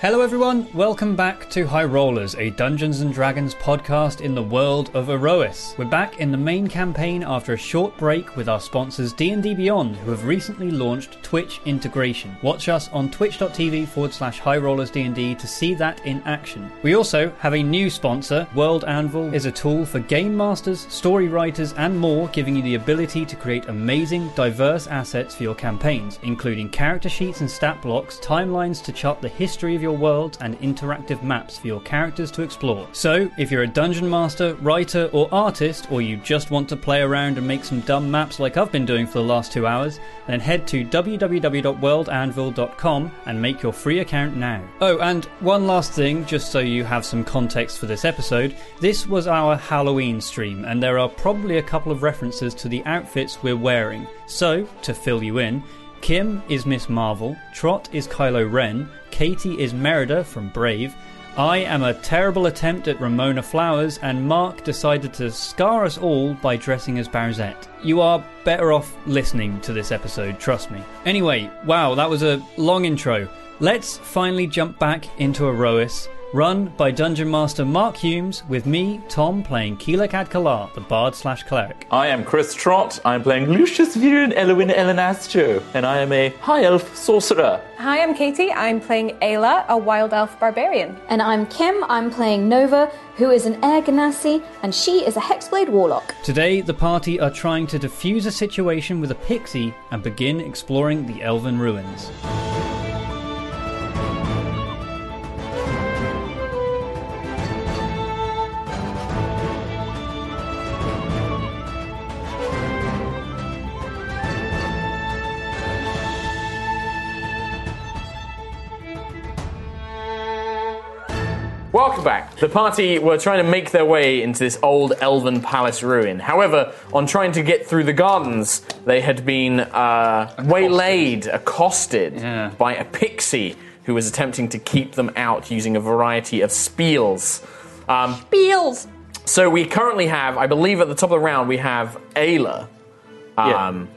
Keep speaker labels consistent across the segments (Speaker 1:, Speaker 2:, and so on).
Speaker 1: Hello, everyone. Welcome back to High Rollers, a Dungeons and Dragons podcast in the world of Erois. We're back in the main campaign after a short break with our sponsors D&D Beyond, who have recently launched Twitch integration. Watch us on twitch.tv forward slash High Rollers D&D to see that in action. We also have a new sponsor. World Anvil is a tool for game masters, story writers, and more, giving you the ability to create amazing, diverse assets for your campaigns, including character sheets and stat blocks, timelines to chart the history of your world, and interactive maps for your characters to explore. So, if you're a dungeon master, writer, or artist, or you just want to play around and make some dumb maps like I've been doing for the last two hours, then head to www.worldanvil.com and make your free account now. Oh, and one last thing, just so you have some context for this episode this was our Halloween stream, and there are probably a couple of references to the outfits we're wearing. So, to fill you in, Kim is Miss Marvel, Trot is Kylo Ren, Katie is Merida from Brave, I am a terrible attempt at Ramona Flowers, and Mark decided to scar us all by dressing as Barzette. You are better off listening to this episode, trust me. Anyway, wow, that was a long intro. Let's finally jump back into Erois, run by Dungeon Master Mark Humes, with me, Tom, playing Keelak Adkalar, the bard slash cleric.
Speaker 2: I am Chris Trott. I'm playing Lucius Viren Elwin Elenastro, and I am a high elf sorcerer.
Speaker 3: Hi, I'm Katie. I'm playing Ayla, a wild elf barbarian.
Speaker 4: And I'm Kim. I'm playing Nova, who is an Air Ganassi, and she is a Hexblade Warlock.
Speaker 1: Today, the party are trying to defuse a situation with a pixie and begin exploring the elven ruins.
Speaker 2: Welcome back. The party were trying to make their way into this old elven palace ruin. However, on trying to get through the gardens, they had been uh, waylaid, accosted
Speaker 1: Yeah.
Speaker 2: by a pixie who was attempting to keep them out using a variety of spiels. Um,
Speaker 3: Beals!
Speaker 2: so we currently have, I believe, at the top of the round, we have Ayla. Um,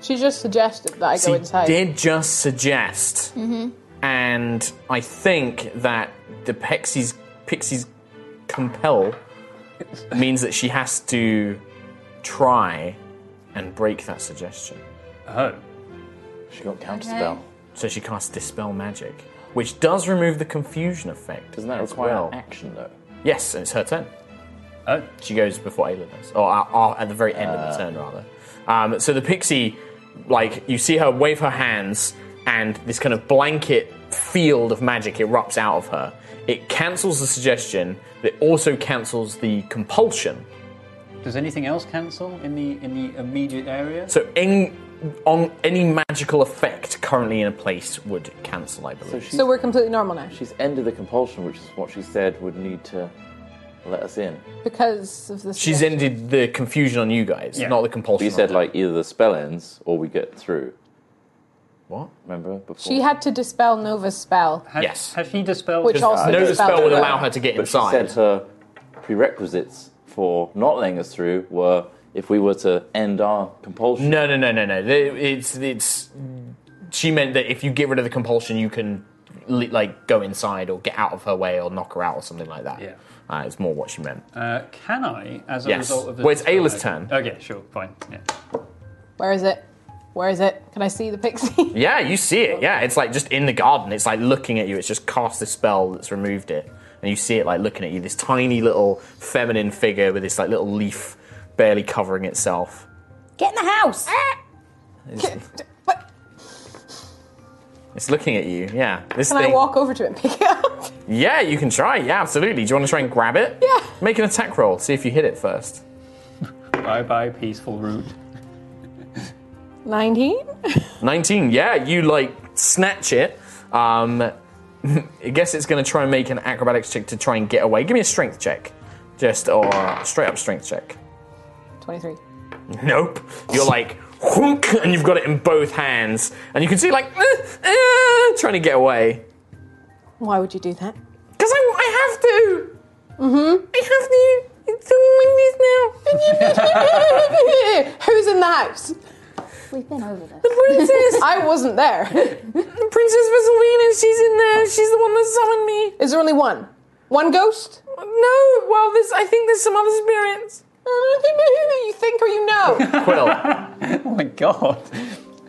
Speaker 5: She just suggested that I go
Speaker 2: She
Speaker 5: inside. Mm-hmm.
Speaker 2: did just suggest, and I think that the Pixie's Pixie's compel means that she has to try and break that suggestion.
Speaker 1: Oh.
Speaker 2: She got counterspell, so she casts dispel magic, which does remove the confusion effect. Doesn't that require action though? Yes, and it's her turn.
Speaker 1: Oh.
Speaker 2: She goes before Ayla does, or uh, uh, at the very end of the turn, rather. Um, so the pixie, like, you see her wave her hands, and this kind of blanket field of magic erupts out of her. It cancels the suggestion, it also cancels the compulsion.
Speaker 1: Does anything else cancel in the in the immediate area?
Speaker 2: So, in, on any magical effect currently in a place would cancel, I believe.
Speaker 5: So we're completely normal now
Speaker 6: She's ended the compulsion, which is what she said would need to let us in.
Speaker 5: because of this.
Speaker 2: She's ended the confusion on you guys,
Speaker 1: Yeah.
Speaker 2: not the compulsion.
Speaker 6: But you
Speaker 2: on
Speaker 6: said
Speaker 2: her.
Speaker 6: like either the spell ends or we get through.
Speaker 2: What?
Speaker 6: Remember before?
Speaker 5: She had to dispel Nova's spell,
Speaker 1: Has,
Speaker 2: Yes.
Speaker 1: Has she dispelled? uh,
Speaker 5: which
Speaker 1: Just-
Speaker 5: also
Speaker 2: No, the
Speaker 5: dispelled
Speaker 2: spell would
Speaker 5: her.
Speaker 2: allow her to get
Speaker 6: uh, but she
Speaker 2: inside.
Speaker 6: said her prerequisites for not letting us through were if we were to end our compulsion.
Speaker 2: No, no, no, no, no. The- It's it's. She meant that if you get rid of the compulsion, you can li- like go inside or get out of her way or knock her out or something like that.
Speaker 1: Yeah.
Speaker 2: uh, it's more what she meant.
Speaker 1: Uh, can I, as a
Speaker 2: Yes.
Speaker 1: result of the?
Speaker 2: Well, it's Ayla's
Speaker 1: dispel-
Speaker 2: turn.
Speaker 1: Okay, sure, fine. Yeah.
Speaker 5: Where is it? Where is it? Can I see the pixie?
Speaker 2: yeah, you see it. Yeah, it's like just in the garden. It's like looking at you. It's just cast this spell that's removed it, and you see it like looking at you. This tiny little feminine figure with this like little leaf barely covering itself.
Speaker 3: Get in the house!
Speaker 5: What?
Speaker 2: It's looking at you. Yeah. This
Speaker 5: Can I
Speaker 2: thing.
Speaker 5: walk over to it and pick it up?
Speaker 2: Yeah, you can try. Yeah, absolutely. Do you want to try and grab it?
Speaker 5: Yeah.
Speaker 2: Make an attack roll. See if you hit it first.
Speaker 1: Bye bye, peaceful route.
Speaker 5: 19?
Speaker 2: 19 yeah you like snatch it. Um, I guess it's going to try and make an acrobatics check to try and get away. Give me a strength check, just or straight up strength check.
Speaker 5: 23.
Speaker 2: Nope. You're like, whunk, and you've got it in both hands. And you can see, like, eh, eh, trying to get away.
Speaker 5: Why would you do that?
Speaker 2: Because I, I have to. Mm-hmm. I have to. It's so win this now.
Speaker 5: Who's in the house?
Speaker 4: We've been over this.
Speaker 2: the princess.
Speaker 5: I wasn't there.
Speaker 2: the princess Vasilina, she's in there. She's the one that summoned me.
Speaker 5: Is there only one? One ghost?
Speaker 2: No, well, there's, I think there's some other spirits.
Speaker 5: you think or you know?
Speaker 2: Quill.
Speaker 1: Oh my god.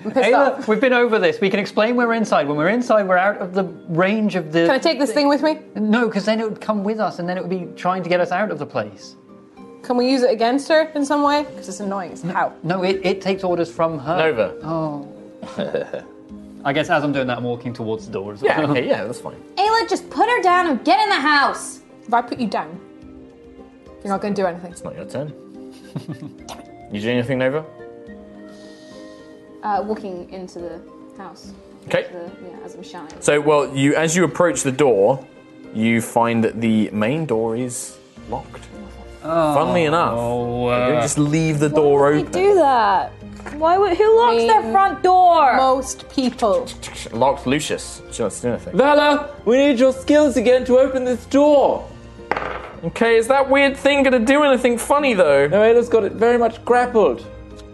Speaker 5: I'm pissed
Speaker 1: Ayla,
Speaker 5: off.
Speaker 1: we've been over this. We can explain we're inside. When we're inside, we're out of the range of the.
Speaker 5: Can I take this thing with me?
Speaker 1: No, because then it would come with us, and then it would be trying to get us out of the place.
Speaker 5: Can we use it against her in some way? Because it's annoying as hell.
Speaker 1: No, it, it takes orders from her.
Speaker 2: Nova.
Speaker 1: Oh. I guess as I'm doing that, I'm walking towards the door as well.
Speaker 2: Yeah, okay, yeah, that's fine.
Speaker 4: Ayla, just put her down and get in the house.
Speaker 5: If I put you down, you're not going to do anything.
Speaker 2: It's not your turn. you doing anything, Nova?
Speaker 4: Uh, walking into the house.
Speaker 2: Okay.
Speaker 4: The, yeah, as I'm shouting.
Speaker 2: So, well, you as you approach the door, you find that the main door is locked. Funnily enough,
Speaker 1: Oh,
Speaker 2: you
Speaker 1: uh,
Speaker 2: don't just leave the door
Speaker 3: You
Speaker 2: open.
Speaker 3: do that. Why would who locks their
Speaker 5: mean,
Speaker 3: front door?
Speaker 5: Most people.
Speaker 2: Locked Lucius. She wants to do anything.
Speaker 6: Vala, we need your skills again to open this door.
Speaker 2: Okay, is that weird thing gonna do anything funny though?
Speaker 6: No, Ayla's got it very much grappled.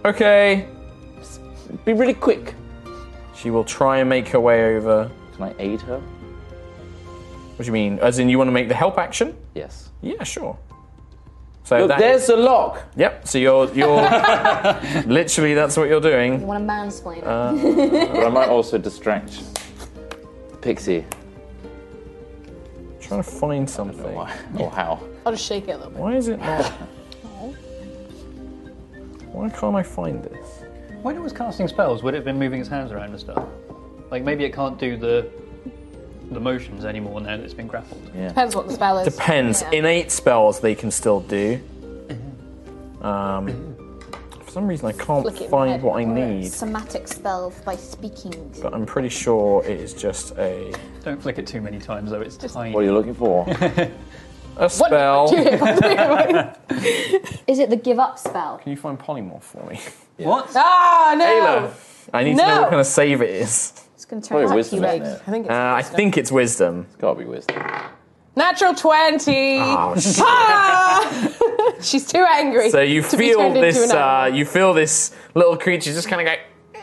Speaker 2: Okay.
Speaker 6: Be really quick.
Speaker 2: She will try and make her way over.
Speaker 6: Can I aid her?
Speaker 2: What do you mean? As in, you want to make the help action?
Speaker 6: Yes.
Speaker 2: Yeah, sure. So
Speaker 6: Look,
Speaker 2: that-
Speaker 6: there's the lock.
Speaker 2: Yep. So you're you're literally that's what you're doing.
Speaker 4: Want to mansplain? it.
Speaker 6: Uh. But I might also distract Pixie.
Speaker 2: Trying to find something.
Speaker 6: Why? Or how?
Speaker 5: I'll just shake it a little bit.
Speaker 2: Why is it not? Why can't I find this?
Speaker 1: When it was casting spells, would it have been moving its hands around and stuff? Like maybe it can't do the the motions anymore now that it's been grappled.
Speaker 5: Depends what the spell is.
Speaker 2: Pens. Innate spells they can still do. Um, for some reason I can't
Speaker 4: Flick it in my
Speaker 2: find
Speaker 4: head.
Speaker 2: what I
Speaker 4: Or
Speaker 2: need,
Speaker 4: Somatic spells by speaking.
Speaker 2: but I'm pretty sure it is just a
Speaker 1: Don't flick it too many times though, it's tiny.
Speaker 6: What are you looking for?
Speaker 2: a spell. Can
Speaker 4: Is it the give up spell?
Speaker 2: you find polymorph for me,
Speaker 1: What?
Speaker 5: ah, no!
Speaker 2: Ayla? I need to know what
Speaker 5: No.
Speaker 2: kind of save it is.
Speaker 4: It's going to turn
Speaker 6: Probably
Speaker 4: out
Speaker 6: wisdom,
Speaker 4: you
Speaker 6: isn't it? Ah.
Speaker 5: I think it's
Speaker 2: Uh, I think it's wisdom.
Speaker 6: It's gotta be wisdom.
Speaker 5: natural 20.
Speaker 2: Oh, shit.
Speaker 5: Ah! She's too angry.
Speaker 2: So you
Speaker 5: to be
Speaker 2: feel
Speaker 5: turned into
Speaker 2: this,
Speaker 5: an animal.
Speaker 2: uh, you feel this little creature just kind of go,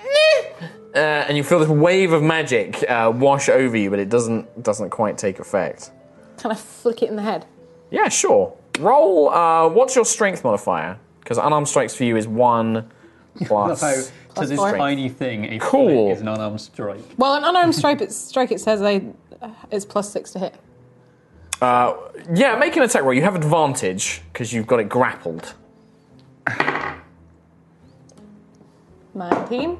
Speaker 2: "Meh," uh, and you feel this wave of magic uh, wash over you, but it doesn't doesn't quite take effect.
Speaker 5: Can I flick it in the head?
Speaker 2: Yeah, sure. Roll. Uh, what's your strength modifier? Because unarmed strikes for you is one plus.
Speaker 1: So to this
Speaker 5: four.
Speaker 1: tiny thing, a
Speaker 2: Cool.
Speaker 1: flick is an unarmed strike.
Speaker 5: Well, an unarmed strike, it, strike it says they, uh, it's plus six to hit.
Speaker 2: Uh, yeah, make an attack roll. You have advantage because you've got it grappled.
Speaker 5: 19.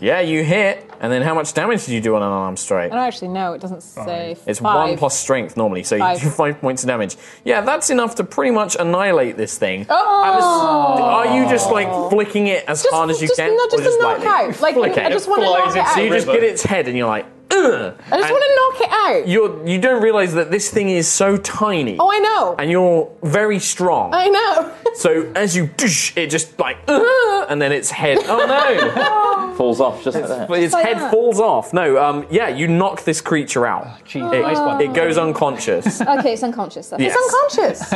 Speaker 2: Yeah, you hit, and then how much damage did you do on an unarmed strike?
Speaker 5: I don't actually know. It doesn't say.
Speaker 2: It's
Speaker 5: five.
Speaker 2: one plus strength normally, so you
Speaker 5: Five.
Speaker 2: do five points of damage. Yeah, that's enough to pretty much annihilate this thing.
Speaker 5: Oh!
Speaker 2: Are you just like flicking it as hard as you
Speaker 5: just,
Speaker 2: can?
Speaker 5: Not just
Speaker 2: or just
Speaker 5: a knockout. Like,
Speaker 2: Flick
Speaker 5: I
Speaker 2: it.
Speaker 5: just want to knock
Speaker 1: flies
Speaker 5: it
Speaker 1: into
Speaker 5: out.
Speaker 2: so you just
Speaker 1: River.
Speaker 2: get its head and you're like, ugh.
Speaker 5: I just want to knock it out.
Speaker 2: You're you don't realize that this thing is so tiny.
Speaker 5: oh, I know.
Speaker 2: And you're very strong.
Speaker 5: I know.
Speaker 2: so as you, doosh, it just like, ugh, and then its head. Oh no!
Speaker 6: Falls off just like that.
Speaker 2: But its head falls off. No, um, yeah, you knock this creature out.
Speaker 1: Jeez,
Speaker 2: It,
Speaker 1: nice one.
Speaker 2: it goes unconscious.
Speaker 4: Okay, it's unconscious. That's
Speaker 2: Yes.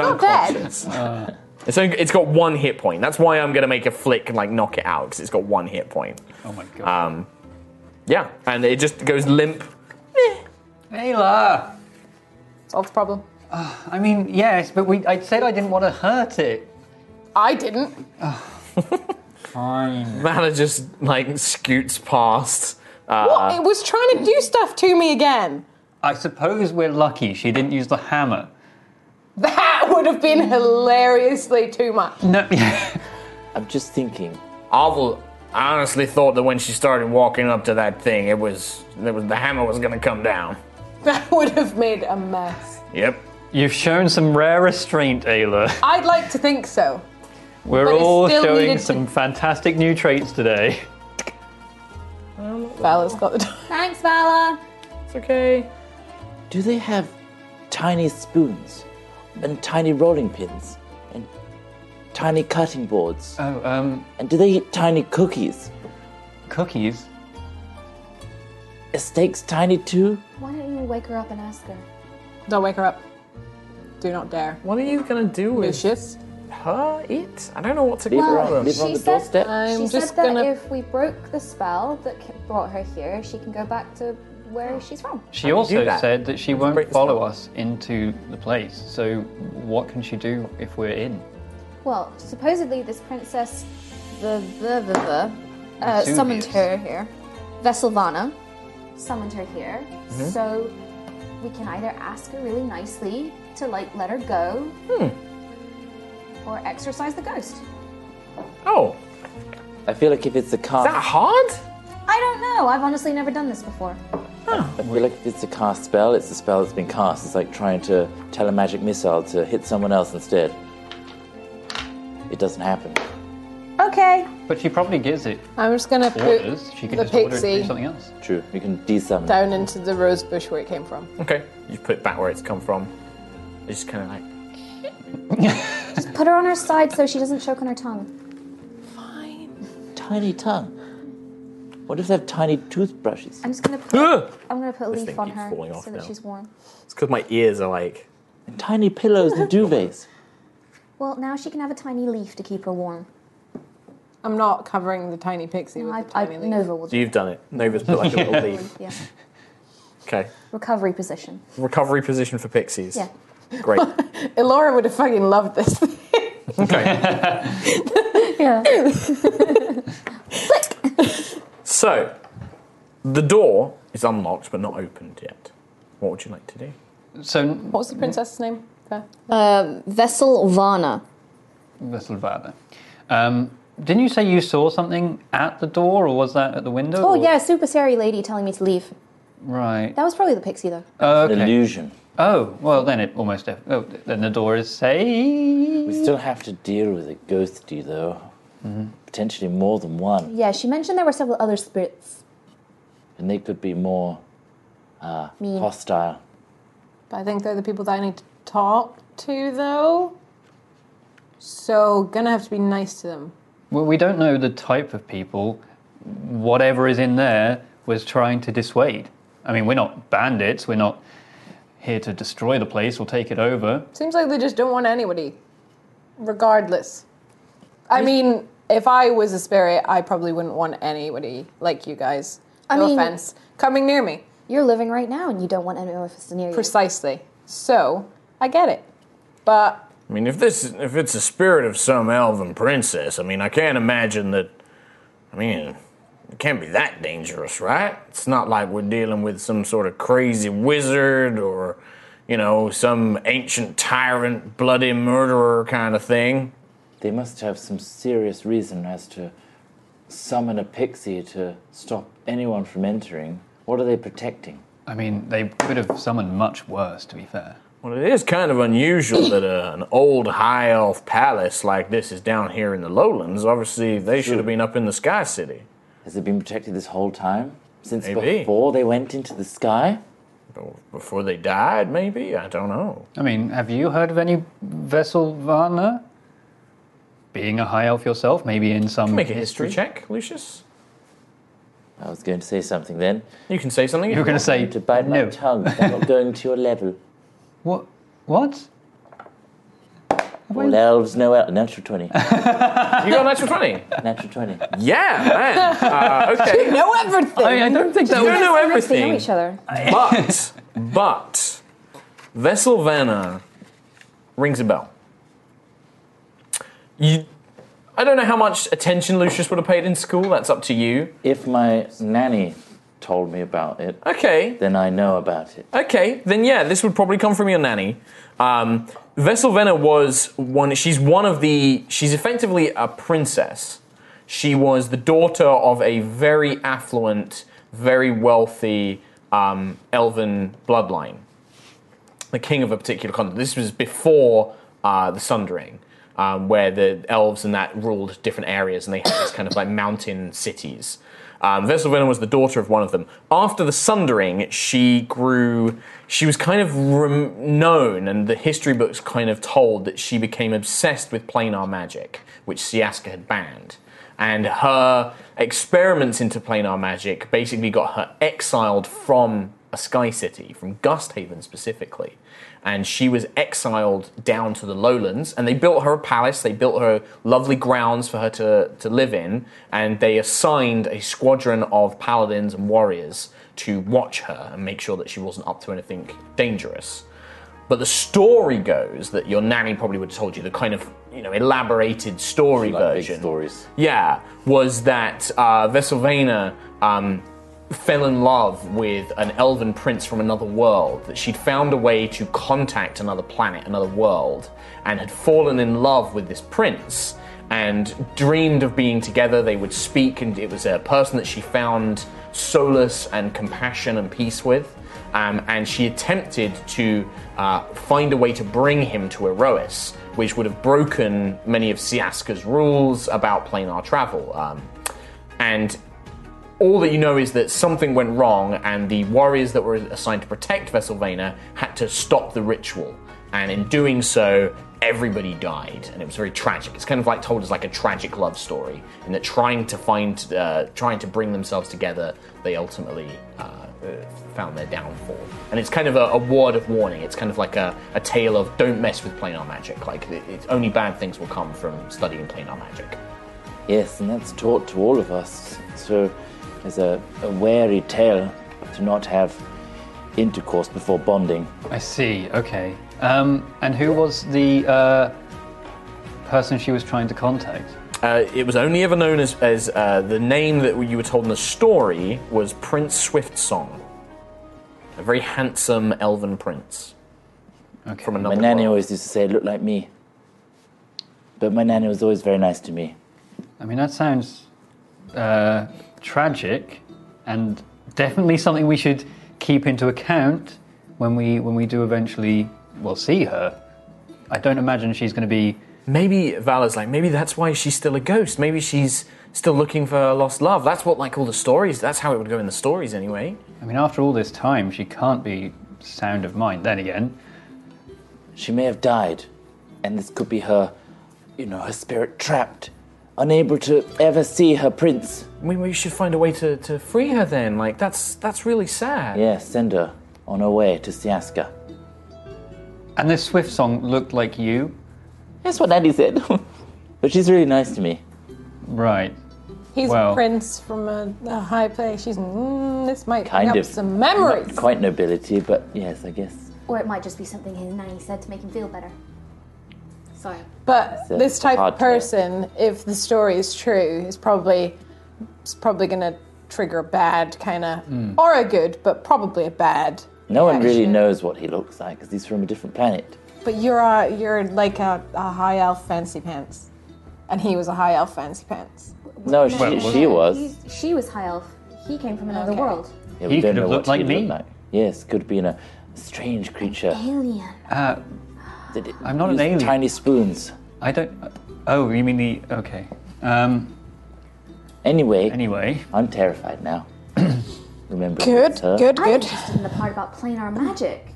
Speaker 2: It's
Speaker 5: unconscious. not dead.
Speaker 2: unconscious. It's, only, it's got one hit point. That's why I'm going to make a flick and like knock it out because it's got one hit point.
Speaker 1: Oh my god.
Speaker 2: Um, yeah, and it just goes limp. uh,
Speaker 1: Ayla!
Speaker 5: Solve the problem.
Speaker 1: I mean, yes, but we I said I didn't want to hurt it.
Speaker 5: I didn't.
Speaker 1: Fine.
Speaker 2: Vala just like scoots past.
Speaker 5: What?
Speaker 2: Uh,
Speaker 5: It was trying to do stuff to me again.
Speaker 1: I suppose we're lucky she didn't use the hammer.
Speaker 5: That would have been hilariously too much.
Speaker 1: No
Speaker 6: I'm just thinking.
Speaker 2: Arvel honestly thought that when she started walking up to that thing, it was, it was the hammer was going to come down.
Speaker 5: That would have made a mess.
Speaker 2: Yep.
Speaker 1: You've shown some rare restraint, Ayla.
Speaker 5: I'd like to think so.
Speaker 1: We're
Speaker 5: But it
Speaker 1: all
Speaker 5: still
Speaker 1: showing
Speaker 5: needed to-
Speaker 1: some fantastic new traits today.
Speaker 5: Bella's got the.
Speaker 4: Thanks, Vala.
Speaker 2: It's okay.
Speaker 6: Do they have tiny spoons and tiny rolling pins and tiny cutting boards?
Speaker 1: Oh, um,
Speaker 6: and do they eat tiny cookies?
Speaker 1: cookies.
Speaker 6: Is steaks tiny too?
Speaker 4: Why don't you wake her up and ask her?
Speaker 5: Don't wake her up. Do not dare.
Speaker 2: What are you gonna do with
Speaker 5: Lucius.
Speaker 2: her? It? I don't know what to
Speaker 6: Leave her
Speaker 2: call
Speaker 6: on,
Speaker 2: them.
Speaker 6: leave her on
Speaker 4: she
Speaker 6: the
Speaker 4: said-
Speaker 6: doorstep.
Speaker 5: I'm
Speaker 4: she
Speaker 5: just
Speaker 4: said that
Speaker 5: gonna-
Speaker 4: if we broke the spell that ca- brought her here, she can go back to where she's from.
Speaker 1: She
Speaker 2: How do you
Speaker 1: also
Speaker 2: do that?
Speaker 1: said that she
Speaker 2: break
Speaker 1: won't
Speaker 2: the
Speaker 1: follow
Speaker 2: spell.
Speaker 1: us into the place. So what can she do if we're in?
Speaker 4: Well, supposedly this princess, the the the, the uh,
Speaker 1: Vesuvius.
Speaker 4: summoned her here. Vesselvana summoned her here, so we can either ask her really nicely to like let her go, or exorcise the ghost.
Speaker 2: Oh,
Speaker 6: I feel like if it's a
Speaker 2: is that
Speaker 6: cast,
Speaker 2: hard?
Speaker 4: I don't know. I've honestly never done this before.
Speaker 6: I feel like if it's a cast spell, it's a spell that's been cast. It's like trying to tell a magic missile to hit someone else instead. It doesn't happen.
Speaker 4: Okay.
Speaker 1: But she probably gives it
Speaker 5: I'm just gonna put
Speaker 1: orders. She can
Speaker 5: Uh, the
Speaker 1: just order it to
Speaker 5: pixie
Speaker 1: do something else.
Speaker 6: True. You can desummon.
Speaker 5: down into the rose bush where it came from.
Speaker 2: Okay, you put it back where it's come from. It's just kind of like
Speaker 4: Put her on her side so she doesn't choke on her tongue.
Speaker 6: Tiny tongue. What if they have tiny toothbrushes?
Speaker 4: I'm just gonna put. I'm gonna put a
Speaker 2: This
Speaker 4: leaf
Speaker 2: thing
Speaker 4: on
Speaker 2: keeps
Speaker 4: her
Speaker 2: falling off
Speaker 4: so that
Speaker 2: now.
Speaker 4: she's warm.
Speaker 2: it's because my ears are like.
Speaker 6: And tiny pillows and duvets.
Speaker 4: Well, now she can have a tiny leaf to keep her warm.
Speaker 5: I'm not covering the tiny pixie with
Speaker 4: I,
Speaker 5: the
Speaker 4: I,
Speaker 5: tiny leaf.
Speaker 4: Nova will do.
Speaker 2: You've done it. Nova's put like a little leaf.
Speaker 4: Yeah.
Speaker 2: Okay,
Speaker 4: Recovery position.
Speaker 2: recovery position for pixies.
Speaker 4: Yeah.
Speaker 2: Great.
Speaker 5: Elora would have fucking loved this.
Speaker 2: Okay.
Speaker 4: Yeah.
Speaker 2: so, the door is unlocked but not opened yet. What would you like to do?
Speaker 1: So
Speaker 5: What's the princess's name? Fair.
Speaker 4: Um, Vessel Vana.
Speaker 1: Vesselvada. Um, didn't you say you saw something at the door, or was that at the window?
Speaker 4: Oh
Speaker 1: or-
Speaker 4: yeah, super scary lady telling me to leave.
Speaker 1: Right.
Speaker 4: That was probably the pixie though.
Speaker 1: Oh, okay.
Speaker 6: Illusion.
Speaker 1: Oh, well, then it almost. Def- oh, then the door is safe.
Speaker 6: We still have to deal with a ghosty, though. Potentially more than one.
Speaker 4: Yeah, she mentioned there were several other spirits.
Speaker 6: And they could be more uh, hostile.
Speaker 5: But I think they're the people that I need to talk to, though. So gonna have to be nice to them.
Speaker 1: Well, we don't know the type of people. Whatever is in there was trying to dissuade. I mean, we're not bandits. We're not here to destroy the place or take it over.
Speaker 5: Seems like they just don't want anybody, regardless. I mean, if I was a spirit, I probably wouldn't want anybody like you guys.
Speaker 4: I
Speaker 5: No
Speaker 4: mean-
Speaker 5: offense, coming near me.
Speaker 4: You're living right now and you don't want anyone to near you.
Speaker 5: Precisely. So I get it, but
Speaker 2: I mean, if this if it's the spirit of some elven princess, I mean, I can't imagine that. I mean, it can't be that dangerous, right? It's not like we're dealing with some sort of crazy wizard or, you know, some ancient tyrant, bloody murderer kind of thing.
Speaker 6: They must have some serious reason as to summon a pixie to stop anyone from entering. What are they protecting?
Speaker 1: I mean, they could have summoned much worse, to be fair.
Speaker 2: Well, it is kind of unusual that uh, an old high elf palace like this is down here in the lowlands. Obviously, they should have been up in the Sky City.
Speaker 6: Has it been protected this whole time? Since
Speaker 2: Maybe.
Speaker 6: before they went into the sky?
Speaker 2: Or Before they died, maybe? I don't know.
Speaker 1: I mean, have you heard of any Vesselvana? Being a high elf yourself, maybe in some
Speaker 2: Make a history check, Lucius.
Speaker 6: I was going to say something then.
Speaker 2: You can say something.
Speaker 1: You were going to say
Speaker 6: To bite my
Speaker 1: no.
Speaker 6: tongue. I'm not going to your level.
Speaker 1: What? What?
Speaker 6: All elves, no elves. Natural 20.
Speaker 2: You got a natural 20.
Speaker 6: Natural 20.
Speaker 2: Yeah, man. Uh, okay.
Speaker 5: know everything.
Speaker 1: I, I don't think that
Speaker 2: You
Speaker 1: was.
Speaker 4: They
Speaker 2: don't know
Speaker 4: know
Speaker 2: everything,
Speaker 4: each other.
Speaker 2: but, but, Vesselvanna rings a bell. You, I don't know how much attention Lucius would have paid in school. That's up to you.
Speaker 6: If my nanny told me about it,
Speaker 2: Okay,
Speaker 6: then I know about it.
Speaker 2: okay. Then yeah, this would probably come from your nanny. Um, Vesselvanna was one. She's one of the. She's effectively a princess. She was the daughter of a very affluent, very wealthy um, elven bloodline, the king of a particular continent. This was before uh, the Sundering. um, where the elves and that ruled different areas, and they had these kind of like mountain cities. Um, Vesselvina was the daughter of one of them. After the Sundering, she grew. She was kind of rem- known, and the history books kind of told that she became obsessed with planar magic, which Siaska had banned. And her experiments into planar magic basically got her exiled from a sky city, from Gusthaven specifically. And she was exiled down to the lowlands, and they built her a palace, they built her lovely grounds for her to, to live in, and they assigned a squadron of paladins and warriors to watch her and make sure that she wasn't up to anything dangerous. But the story goes that your nanny probably would have told you the kind of you know elaborated story
Speaker 6: Like big
Speaker 2: version
Speaker 6: stories.
Speaker 2: yeah, was that uh, Vesselvina um, fell in love with an elven prince from another world, that she'd found a way to contact another planet, another world, and had fallen in love with this prince and dreamed of being together. They would speak, and it was a person that she found solace and compassion and peace with. Um, and she attempted to uh, find a way to bring him to Erois, which would have broken many of Siaska's rules about planar travel. Um, and all that you know is that something went wrong, and the warriors that were assigned to protect Vesselvena had to stop the ritual. And in doing so, everybody died, and it was very tragic. It's kind of like told as like a tragic love story, in that trying to find, uh, trying to bring themselves together, they ultimately uh, uh, found their downfall. And it's kind of a, a word of warning. It's kind of like a, a tale of don't mess with planar magic. Like it, it's only bad things will come from studying planar magic.
Speaker 6: Yes, and that's taught to all of us. So, as a, a wary tale to not have intercourse before bonding.
Speaker 1: I see. Okay. Um, and who was the uh, person she was trying to contact?
Speaker 2: Uh, it was only ever known as, as uh, the name that you were told in the story was Prince Swiftsong, a very handsome elven prince
Speaker 1: Okay.
Speaker 2: from
Speaker 6: My
Speaker 2: another
Speaker 6: nanny
Speaker 2: world.
Speaker 6: always used to say, "Look like me," but my nanny was always very nice to me.
Speaker 1: I mean, that sounds uh, tragic, and definitely something we should keep into account when we when we do eventually well see her. I don't imagine she's going to be.
Speaker 2: Maybe Vala's like, maybe that's why she's still a ghost. Maybe she's still looking for her lost love. That's what like all the stories. That's how it would go in the stories anyway.
Speaker 1: I mean, after all this time, she can't be sound of mind. Then again,
Speaker 6: She may have died, and this could be her, you know, her spirit trapped, unable to ever see her prince.
Speaker 2: Maybe we should find a way to, to free her then. Like that's that's really sad.
Speaker 6: Yes, send her on her way to Siaska.
Speaker 1: and this Swift song looked like you,
Speaker 6: That's what nanny said. but she's really nice to me.
Speaker 1: right?
Speaker 5: He's
Speaker 1: Well.
Speaker 5: a prince from a, a high place. She's mm, this might bring
Speaker 6: Kind
Speaker 5: up
Speaker 6: of.
Speaker 5: some memories.
Speaker 6: Not quite nobility, but yes, I guess.
Speaker 4: Or it might just be something his nanny said to make him feel better. So,
Speaker 5: But
Speaker 6: a
Speaker 5: this type
Speaker 6: hard
Speaker 5: of
Speaker 6: tale.
Speaker 5: person, if the story is true, is probably is probably going to trigger a bad kind of
Speaker 6: Hmm.
Speaker 5: or a good, but probably a bad.
Speaker 6: No one really
Speaker 5: reaction.
Speaker 6: knows what he looks like because he's from a different planet.
Speaker 5: But you're a, you're like a, a high elf fancy pants, and he was a high elf fancy pants.
Speaker 6: No, she,
Speaker 1: Well,
Speaker 6: she was.
Speaker 4: he's- she was high elf. He came from another
Speaker 5: Okay.
Speaker 4: world.
Speaker 6: Yeah,
Speaker 1: He
Speaker 6: we don't
Speaker 1: could have
Speaker 6: know what
Speaker 1: looked like
Speaker 6: she
Speaker 1: me.
Speaker 6: looked Yes, could have been a strange creature.
Speaker 4: Alien.
Speaker 1: Uh,
Speaker 6: Did it
Speaker 1: I'm not an
Speaker 6: use
Speaker 1: alien.
Speaker 6: Tiny spoons.
Speaker 1: I don't. Oh, you mean the okay? Um,
Speaker 6: Anyway,
Speaker 1: anyway,
Speaker 6: I'm terrified now. Remember,
Speaker 5: Good,
Speaker 6: it's her.
Speaker 5: good,
Speaker 4: I'm
Speaker 5: good.
Speaker 4: interested in the part about planar magic.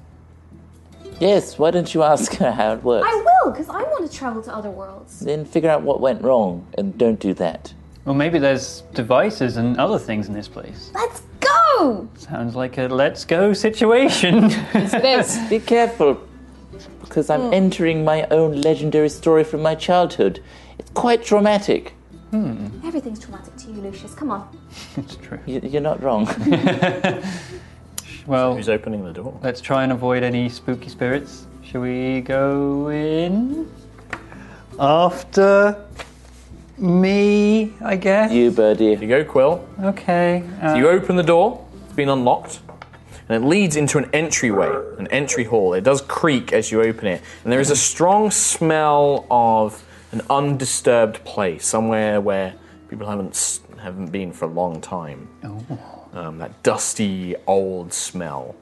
Speaker 6: Yes, why don't you ask her how it works?
Speaker 4: I will, because I want to travel to other worlds.
Speaker 6: Then figure out what went wrong and don't do that.
Speaker 1: well, maybe there's devices and other things in this place.
Speaker 4: Let's go!
Speaker 1: Sounds like a let's go situation.
Speaker 5: It is.
Speaker 6: Be careful, because I'm entering my own legendary story from my childhood. It's quite traumatic.
Speaker 4: Everything's traumatic to you, Lucius. Come on.
Speaker 1: it's true.
Speaker 6: You- You're not wrong.
Speaker 1: Well,
Speaker 2: Who's opening the door?
Speaker 1: let's try and avoid any spooky spirits. Shall we go in after me? I guess.
Speaker 6: you, birdie.
Speaker 2: You go, Quill.
Speaker 1: Okay. uh,
Speaker 2: You open the door, it's been unlocked, and it leads into an entryway, an entry hall. It does creak as you open it, and there is a strong smell of an undisturbed place, somewhere where people haven't s- haven't been for a long time. Um, that dusty old smell.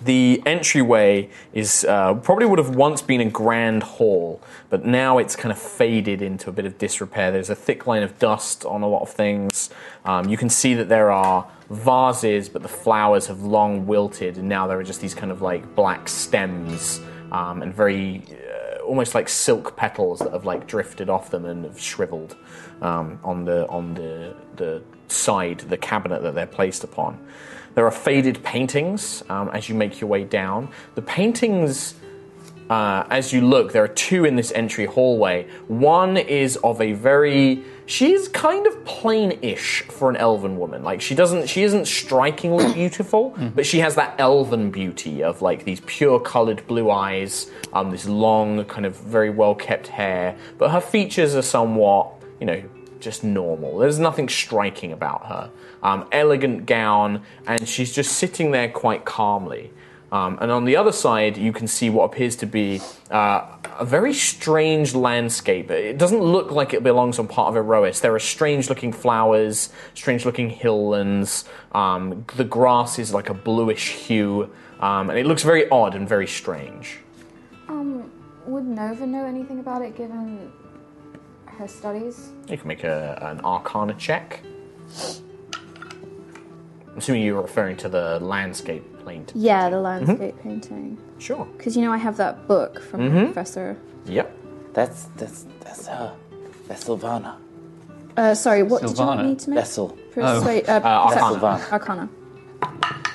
Speaker 2: The entryway is uh, probably would have once been a grand hall, but now it's kind of faded into a bit of disrepair. There's a thick line of dust on a lot of things. Um, you can see that there are vases, but the flowers have long wilted, and now there are just these kind of like black stems um, and very uh, almost like silk petals that have like drifted off them and have shriveled um, on the on the the side, the cabinet that they're placed upon. There are faded paintings um, as you make your way down. The paintings. Uh, as you look, there are two in this entry hallway. One is of a very she's kind of plain-ish for an elven woman. Like she doesn't she isn't strikingly beautiful, but she has that elven beauty of like these pure colored blue eyes, um, this long kind of very well-kept hair. But her features are somewhat, you know, just normal. There's nothing striking about her. Um, elegant gown, and she's just sitting there quite calmly. Um, and on the other side, you can see what appears to be uh, a very strange landscape. It doesn't look like it belongs on part of Erois. There are strange looking flowers, strange looking hilllands. Um, the grass is like a bluish hue, um, and it looks very odd and very strange.
Speaker 4: Um, would Nova know anything about it given her studies?
Speaker 2: You can make a, an arcana check. I'm assuming you're referring to the landscape plane.
Speaker 3: Yeah, the landscape
Speaker 2: Mm-hmm.
Speaker 3: painting.
Speaker 2: Sure.
Speaker 3: Because you know I have that book from the
Speaker 2: Mm-hmm.
Speaker 3: professor.
Speaker 2: Yep.
Speaker 6: That's that's that's her. That's Sylvana.
Speaker 3: Uh, sorry, what did you want
Speaker 1: Sylvana.
Speaker 3: me to make?
Speaker 6: Vessel.
Speaker 1: oh,
Speaker 3: Persuade, uh,
Speaker 2: Uh,
Speaker 3: perception.
Speaker 6: Arcana.
Speaker 3: Arcana.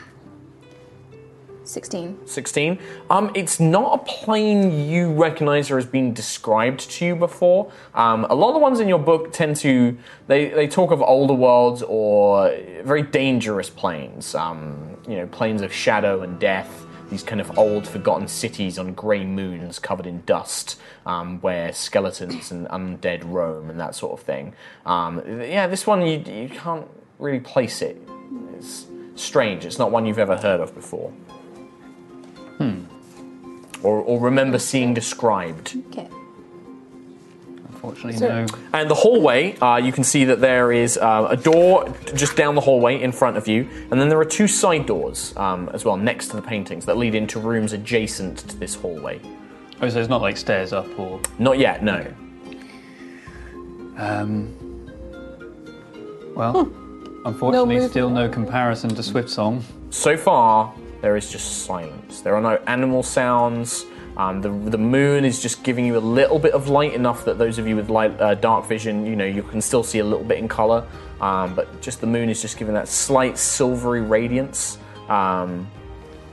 Speaker 3: 16.
Speaker 2: 16. Um, it's not a plane you recognize or has been described to you before. Um, a lot of the ones in your book tend to they, they talk of older worlds or very dangerous planes. Um, you know, planes of shadow and death. These kind of old, forgotten cities on grey moons covered in dust, um, where skeletons and undead roam and that sort of thing. Um, yeah, this one you, you can't really place it. It's strange. It's not one you've ever heard of before or, or remember seeing described.
Speaker 3: Okay.
Speaker 1: Unfortunately,
Speaker 5: So-
Speaker 1: no.
Speaker 2: And the hallway, uh, you can see that there is uh, a door just down the hallway in front of you, and then there are two side doors um, as well next to the paintings that lead into rooms adjacent to this hallway.
Speaker 1: Oh, so it's not like stairs up or.
Speaker 2: Not yet, no.
Speaker 1: Um, well, unfortunately,
Speaker 5: Hmm. No move.
Speaker 1: still no comparison to Swift Song.
Speaker 2: So far, there is just silence. There are no animal sounds. Um, the, the moon is just giving you a little bit of light, enough that those of you with light, uh, dark vision, you know, you can still see a little bit in color. Um, but just the moon is just giving that slight silvery radiance. Um,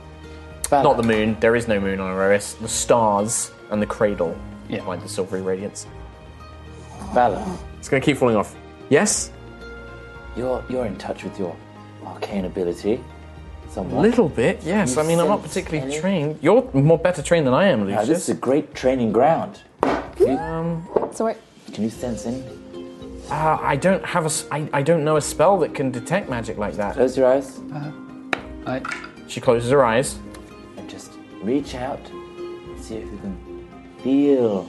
Speaker 2: Not the moon. There is no moon on Eris. The stars and the cradle
Speaker 1: Yeah.
Speaker 2: behind the silvery radiance.
Speaker 6: Valor.
Speaker 2: It's going to keep falling off. Yes,
Speaker 6: You're you're in touch with your arcane ability.
Speaker 2: a
Speaker 6: Somewhat.
Speaker 2: little bit. Yes.
Speaker 6: You
Speaker 2: I mean, I'm not
Speaker 6: sense
Speaker 2: particularly
Speaker 6: any-
Speaker 2: trained. You're more better trained than I am,
Speaker 6: Now,
Speaker 2: Lucius.
Speaker 6: this is a great training ground. Can you,
Speaker 5: So I,
Speaker 6: can you sense anything?
Speaker 2: Uh, I don't have a. s- I, I don't know a spell that can detect magic like that.
Speaker 6: Close your eyes
Speaker 1: I,
Speaker 2: She closes her eyes.
Speaker 6: and just reach out. See if you can feel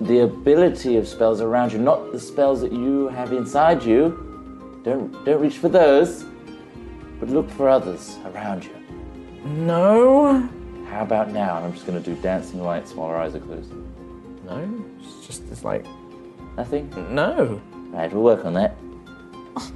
Speaker 6: the ability of spells around you, not the spells that you have inside you. Don't don't reach for those, but look for others around you.
Speaker 2: No.
Speaker 6: How about now? And I'm just going to do dancing lights while our eyes are closed.
Speaker 2: No. It's just. It's like
Speaker 6: Nothing?
Speaker 2: Hmm. no.
Speaker 6: Right, we'll work on that. Just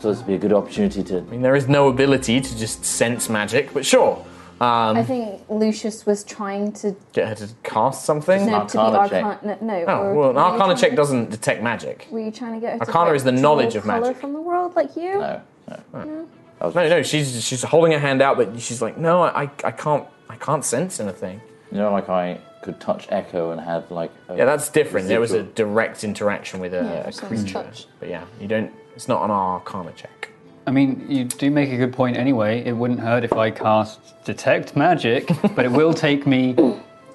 Speaker 6: thought this would be a good opportunity to.
Speaker 2: I mean, there is no ability to just sense magic, but sure.
Speaker 4: I
Speaker 2: Um,
Speaker 4: think Lucius was trying to
Speaker 2: get her to cast something.
Speaker 4: no, to be
Speaker 6: Arcana check.
Speaker 4: arcana. No,
Speaker 2: Oh
Speaker 4: or
Speaker 2: well, an
Speaker 4: were you
Speaker 2: arcana
Speaker 4: trying
Speaker 2: check
Speaker 4: to-
Speaker 2: doesn't detect magic.
Speaker 4: Were you trying to get her to
Speaker 2: Arcana
Speaker 4: like,
Speaker 2: is the
Speaker 4: draw
Speaker 2: knowledge of
Speaker 4: colour
Speaker 2: magic. Uh,
Speaker 4: from the world, like you?
Speaker 6: No, no.
Speaker 2: Hmm. No, no, she's she's holding her hand out, but she's like, no, I, I can't I can't sense anything.
Speaker 6: You know, like I could touch Echo and have like. A
Speaker 2: Yeah, that's different. There was a
Speaker 6: residual-
Speaker 2: direct interaction with a,
Speaker 4: Yeah,
Speaker 2: a
Speaker 4: so
Speaker 2: creature,
Speaker 4: it's touch.
Speaker 2: but yeah, you don't. It's not an arcana check.
Speaker 1: I mean, you do make a good point anyway. It wouldn't hurt if I cast Detect Magic, but it will take me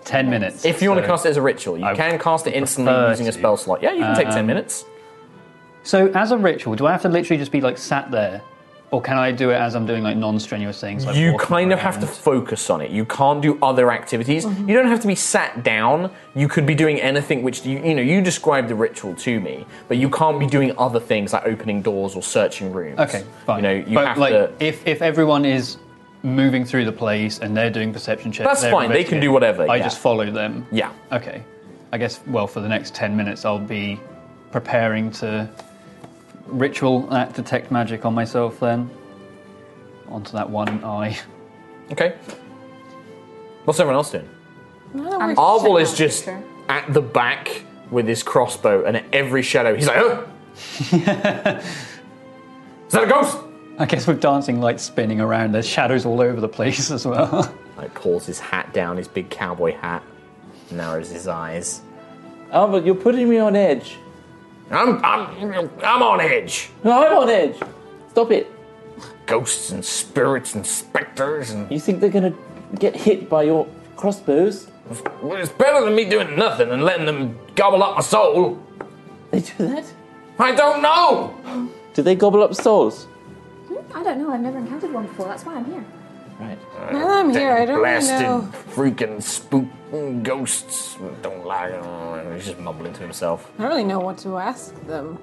Speaker 1: 10 minutes.
Speaker 2: If you want to
Speaker 1: so-
Speaker 2: cast it as a ritual, you
Speaker 1: I
Speaker 2: can cast it instantly
Speaker 1: prefer
Speaker 2: using a
Speaker 1: to. um,
Speaker 2: spell slot. Yeah, you can take ten minutes.
Speaker 1: So, as a ritual, do I have to literally just be like sat there? Or can I do it as I'm doing like non strenuous things? Like
Speaker 2: You
Speaker 1: walking
Speaker 2: kind of have to
Speaker 1: around?
Speaker 2: focus on it. You can't do other activities.
Speaker 4: Mm-hmm.
Speaker 2: You don't have to be sat down. You could be doing anything which you, you know you described the ritual to me, but you can't be doing other things like opening doors or searching rooms.
Speaker 1: Okay, fine.
Speaker 2: You know you
Speaker 1: but
Speaker 2: have
Speaker 1: like,
Speaker 2: to.
Speaker 1: if if everyone is moving through the place and they're doing perception checks.
Speaker 2: That's
Speaker 1: they're
Speaker 2: fine, they can do
Speaker 1: investigating.
Speaker 2: whatever,
Speaker 1: I
Speaker 2: yeah.
Speaker 1: just follow them.
Speaker 2: Yeah.
Speaker 1: Okay. I guess, well, for the next 10 minutes, I'll be preparing to ritual that detect magic on myself then. Onto that one eye.
Speaker 2: Okay. What's everyone else doing?
Speaker 5: None of our
Speaker 2: Arval
Speaker 5: shit
Speaker 2: is
Speaker 5: now.
Speaker 2: just at the back with his crossbow, and at every shadow, he's like, oh! is that a ghost?
Speaker 1: I guess with dancing lights spinning around, there's shadows all over the place as well.
Speaker 2: Like, pulls his hat down, his big cowboy hat, narrows his eyes.
Speaker 6: Albert, Oh, you're putting me on edge.
Speaker 2: I'm, I'm, I'm on edge.
Speaker 6: No, I'm on edge. Stop it.
Speaker 2: Ghosts and spirits and specters, and
Speaker 6: You think they're gonna get hit by your crossbows?
Speaker 2: it's better than me doing nothing and letting them gobble up my soul.
Speaker 6: They do that?
Speaker 2: I don't know.
Speaker 6: Do they gobble up souls?
Speaker 4: Hmm, I don't know. I've never encountered one before. That's why I'm here.
Speaker 6: Right.
Speaker 5: Now that I'm here, I don't really
Speaker 2: Blasted,
Speaker 5: know.
Speaker 2: freaking spook ghosts. Don't like. uh, He's just mumbling to himself.
Speaker 5: I don't really know what to ask them.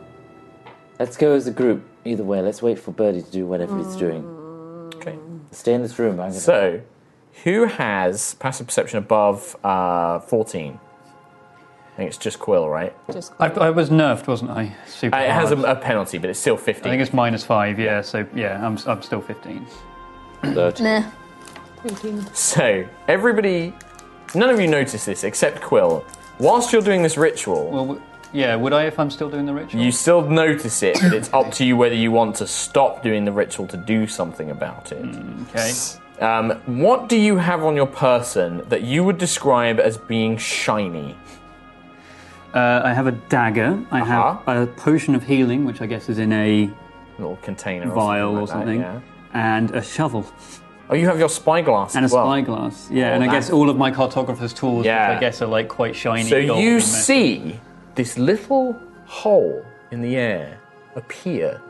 Speaker 6: Let's go as a group. Either way, let's wait for Birdie to do whatever he's doing.
Speaker 2: Okay.
Speaker 6: Stay in this room. I'm gonna...
Speaker 2: So, who has passive perception above uh, 14? I think it's just Quill, right?
Speaker 5: Just
Speaker 1: I, I was nerfed, wasn't I? Super.
Speaker 2: Uh, it has a,
Speaker 1: hard.
Speaker 2: a penalty, but it's still
Speaker 1: I think
Speaker 2: 15.
Speaker 1: it's minus five, yeah, so yeah, I'm, I'm still 15.
Speaker 3: Nah.
Speaker 2: So, everybody, none of you notice this except Quill. Whilst you're doing this ritual,
Speaker 1: Well, w- yeah, would I if I'm still doing the ritual?
Speaker 2: you still notice it, but it's up to you whether you want to stop doing the ritual to do something about it.
Speaker 1: okay.
Speaker 2: Um, what do you have on your person that you would describe as being shiny?
Speaker 1: Uh, I have a dagger. I have
Speaker 2: Uh-huh.
Speaker 1: a potion of healing, which I guess is in a
Speaker 2: little container, or
Speaker 1: vial or
Speaker 2: something.
Speaker 1: something,
Speaker 2: like that,
Speaker 1: and a shovel
Speaker 2: yeah. Oh, you have your spyglass
Speaker 1: and a
Speaker 2: as well.
Speaker 1: spyglass. Yeah,
Speaker 2: Oh,
Speaker 1: and I
Speaker 2: that's-
Speaker 1: guess all of my cartographer's tools,
Speaker 2: Yeah.
Speaker 1: which I guess are like quite shiny.
Speaker 2: So
Speaker 1: gold
Speaker 2: you
Speaker 1: and metal.
Speaker 2: see this little hole in the air appear,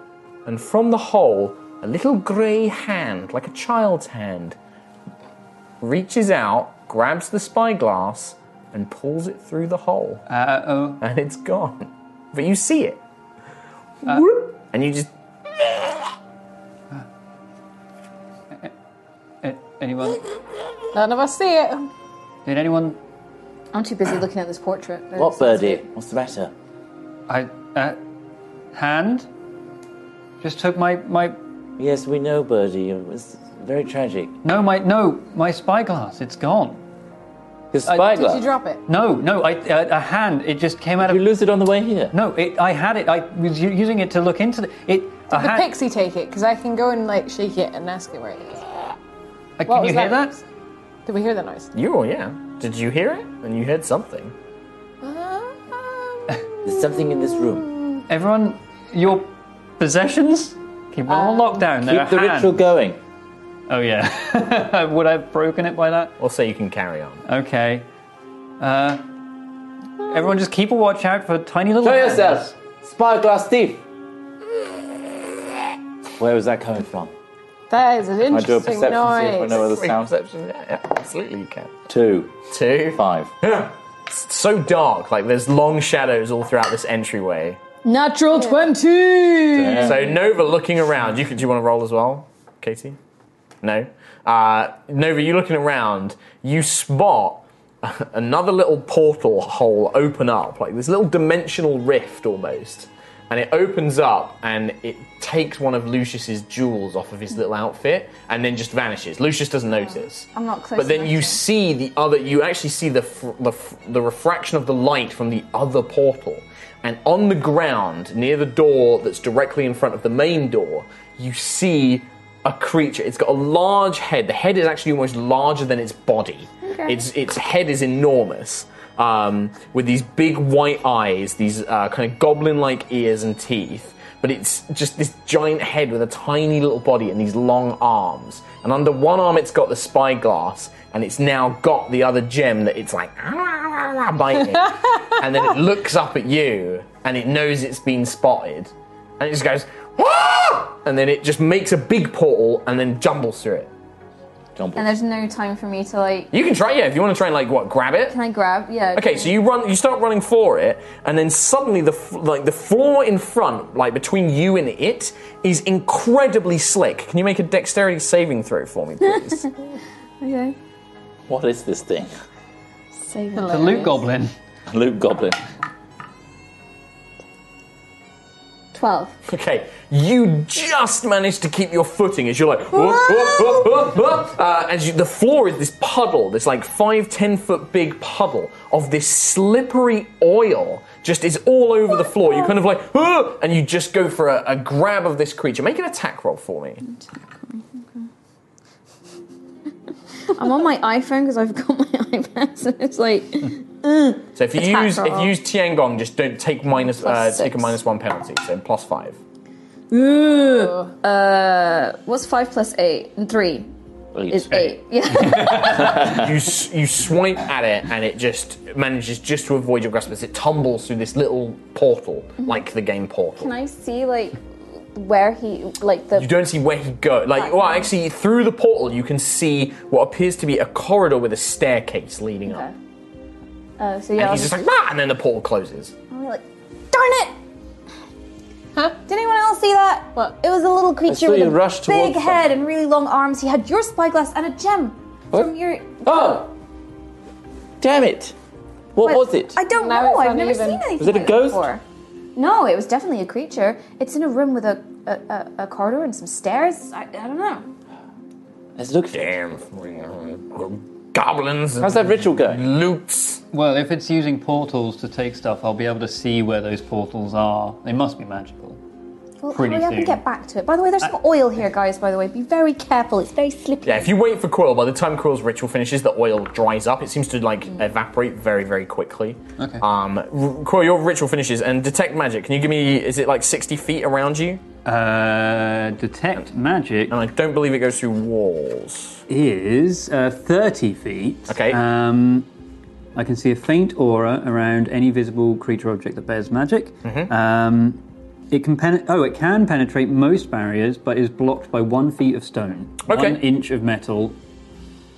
Speaker 2: and from the hole, a little grey hand, like a child's hand, reaches out, grabs the spyglass, and pulls it through the hole,
Speaker 1: Uh, oh,
Speaker 2: and it's gone. But you see it,
Speaker 1: Uh,
Speaker 2: Whoop. and you just
Speaker 1: a- anyone?
Speaker 5: none of us see it.
Speaker 1: Did anyone?
Speaker 3: I'm too busy looking at this portrait.
Speaker 6: What, Birdie? What's the matter?
Speaker 1: I uh, hand just took my my
Speaker 6: Yes, we know, Birdie. It was very tragic.
Speaker 1: no my no my spyglass. It's gone.
Speaker 6: The
Speaker 5: Uh, Did
Speaker 6: spyglass.
Speaker 5: you drop it?
Speaker 1: No, no, I, a, a hand. It just came out
Speaker 6: Did you
Speaker 1: of.
Speaker 6: lose it on the way here?
Speaker 1: No, it, I had it. I was u- using it to look into the, it. a
Speaker 5: The
Speaker 1: hand-
Speaker 5: pixie take it because I can go and like shake it and ask it where it is.
Speaker 1: Uh,
Speaker 5: What
Speaker 1: Can you
Speaker 5: was
Speaker 1: hear that?
Speaker 5: noise? Did we hear that noise?
Speaker 2: you, oh yeah. Did you hear it? And you heard something.
Speaker 5: Um,
Speaker 6: There's something in this room.
Speaker 1: Everyone, your possessions. Keep them
Speaker 5: Uh,
Speaker 1: on lockdown. They're
Speaker 6: Keep the
Speaker 1: a hand.
Speaker 6: ritual going.
Speaker 1: Oh yeah. Would I have broken it by that?
Speaker 2: Or say you can carry on.
Speaker 1: Okay. Uh, everyone, just keep a watch out for tiny little.
Speaker 6: Show
Speaker 1: hands.
Speaker 6: yourselves. Spyglass thief. Where was that coming from?
Speaker 5: That is an
Speaker 6: I do a perception
Speaker 5: interesting
Speaker 6: see if I
Speaker 5: noise.
Speaker 6: know where the sound.
Speaker 2: Perception, yeah, yeah, absolutely you can.
Speaker 6: Two,
Speaker 2: Two.
Speaker 6: five.
Speaker 2: It's so dark, like there's long shadows all throughout this entryway.
Speaker 5: Natural twenty.
Speaker 2: So Nova looking around, you could, do you want to roll as well, Katie? No? Uh, Nova, you looking around, you spot another little portal hole open up, like this little dimensional rift almost. And it opens up and it takes one of Lucius's jewels off of his little outfit and then just vanishes. Lucius doesn't notice.
Speaker 3: I'm not close
Speaker 2: But then
Speaker 3: enough
Speaker 2: you
Speaker 3: to-
Speaker 2: see the other, you actually see the, fr- the, f- the refraction of the light from the other portal. And on the ground, near the door that's directly in front of the main door, you see a creature. It's got a large head. The head is actually almost larger than its body. Its, its head is enormous, um, with these big white eyes, these uh, kind of goblin like ears and teeth. But it's just this giant head with a tiny little body and these long arms. And under one arm, it's got the spyglass, and it's now got the other gem that it's like biting. and then it looks up at you, and it knows it's been spotted, and it just goes, "Whoa!" and then it just makes a big portal and then jumbles through it.
Speaker 6: Jump
Speaker 3: And there's no time for me to like.
Speaker 2: You can try, yeah, if you want to try and, like, what, grab it?
Speaker 3: Can I grab? Yeah.
Speaker 2: Okay, so you run, you start running for it, and then suddenly the f- like the floor in front, like between you and it, is incredibly slick. Can you make a dexterity saving throw for me, please?
Speaker 3: okay.
Speaker 6: What is this thing?
Speaker 3: Save it.
Speaker 1: The loot goblin.
Speaker 6: Loot goblin.
Speaker 3: Twelve.
Speaker 2: okay, you just managed to keep your footing as you're like, whoop, whoop, whoop, whoop, whoop. Uh, as you, the floor is this puddle, this like five, ten foot big puddle of this slippery oil. Just is all over the floor. You kind of like, "Ah," and you just go for a, a grab of this creature. Make an attack roll for me.
Speaker 3: I'm on my iPhone because I've got my iPad, so it's like.
Speaker 2: So if you
Speaker 3: Attack
Speaker 2: use if
Speaker 3: roll.
Speaker 2: you use Tiangong, just don't take minus uh,
Speaker 3: Plus
Speaker 2: take a
Speaker 3: six.
Speaker 2: minus one penalty. So plus five.
Speaker 3: Ugh. uh, what's five plus eight and three is eight. Yeah.
Speaker 2: You s- you swipe at it and it just manages just to avoid your grasp as it tumbles through this little portal, like the game portal.
Speaker 3: Mm-hmm. Can I see like where he like the
Speaker 2: You don't see where he go. Like well, actually, through the portal you can see what appears to be a corridor with a staircase leading up.
Speaker 3: Uh, so
Speaker 2: And
Speaker 3: yeah. I
Speaker 2: he's
Speaker 3: was
Speaker 2: just like, "Ah," and then the portal closes.
Speaker 3: I'm like, darn it!
Speaker 5: Huh?
Speaker 3: Did anyone else see that?
Speaker 5: What?
Speaker 3: It was a little
Speaker 6: saw
Speaker 3: creature with
Speaker 6: you
Speaker 3: a
Speaker 6: rush
Speaker 3: big
Speaker 6: towards
Speaker 3: head
Speaker 6: them.
Speaker 3: and really long arms. He had your spyglass and a gem
Speaker 6: What?
Speaker 3: from your.
Speaker 6: Oh! Damn it! What was it?
Speaker 3: I don't
Speaker 5: Now
Speaker 3: know.
Speaker 5: it's
Speaker 3: I've never
Speaker 5: uneven.
Speaker 3: seen anything.
Speaker 6: Was it a
Speaker 3: like
Speaker 6: ghost?
Speaker 3: Before. No, it was definitely a creature. It's in a room with a a, a, a corridor and some stairs. I, I don't know.
Speaker 6: Let's look for it.
Speaker 2: Damn, goblins.
Speaker 6: How's that ritual going?
Speaker 2: Loots.
Speaker 1: Well, if it's using portals to take stuff, I'll be able to see where those portals are. They must be magical.
Speaker 3: Well,
Speaker 1: Pretty
Speaker 3: hurry up
Speaker 1: soon.
Speaker 3: and get back to it. By the way, there's some oil here, guys. By the way, be very careful. It's very slippery.
Speaker 2: Yeah, if you wait for Quill, by the time Quill's ritual finishes, the oil dries up. It seems to like evaporate very, very quickly.
Speaker 1: Okay.
Speaker 2: Um, R- Quill, your ritual finishes and detect magic. Can you give me? Is it like sixty feet around you?
Speaker 1: Uh, detect magic
Speaker 2: And I don't believe it goes through walls.
Speaker 1: is uh, 30 feet.
Speaker 2: Okay.
Speaker 1: Um, I can see a faint aura around any visible creature or object that bears magic.
Speaker 2: Mm-hmm.
Speaker 1: Um, it can pen- oh, it can penetrate most barriers, but is blocked by one feet of stone,
Speaker 2: Okay.
Speaker 1: one inch of metal,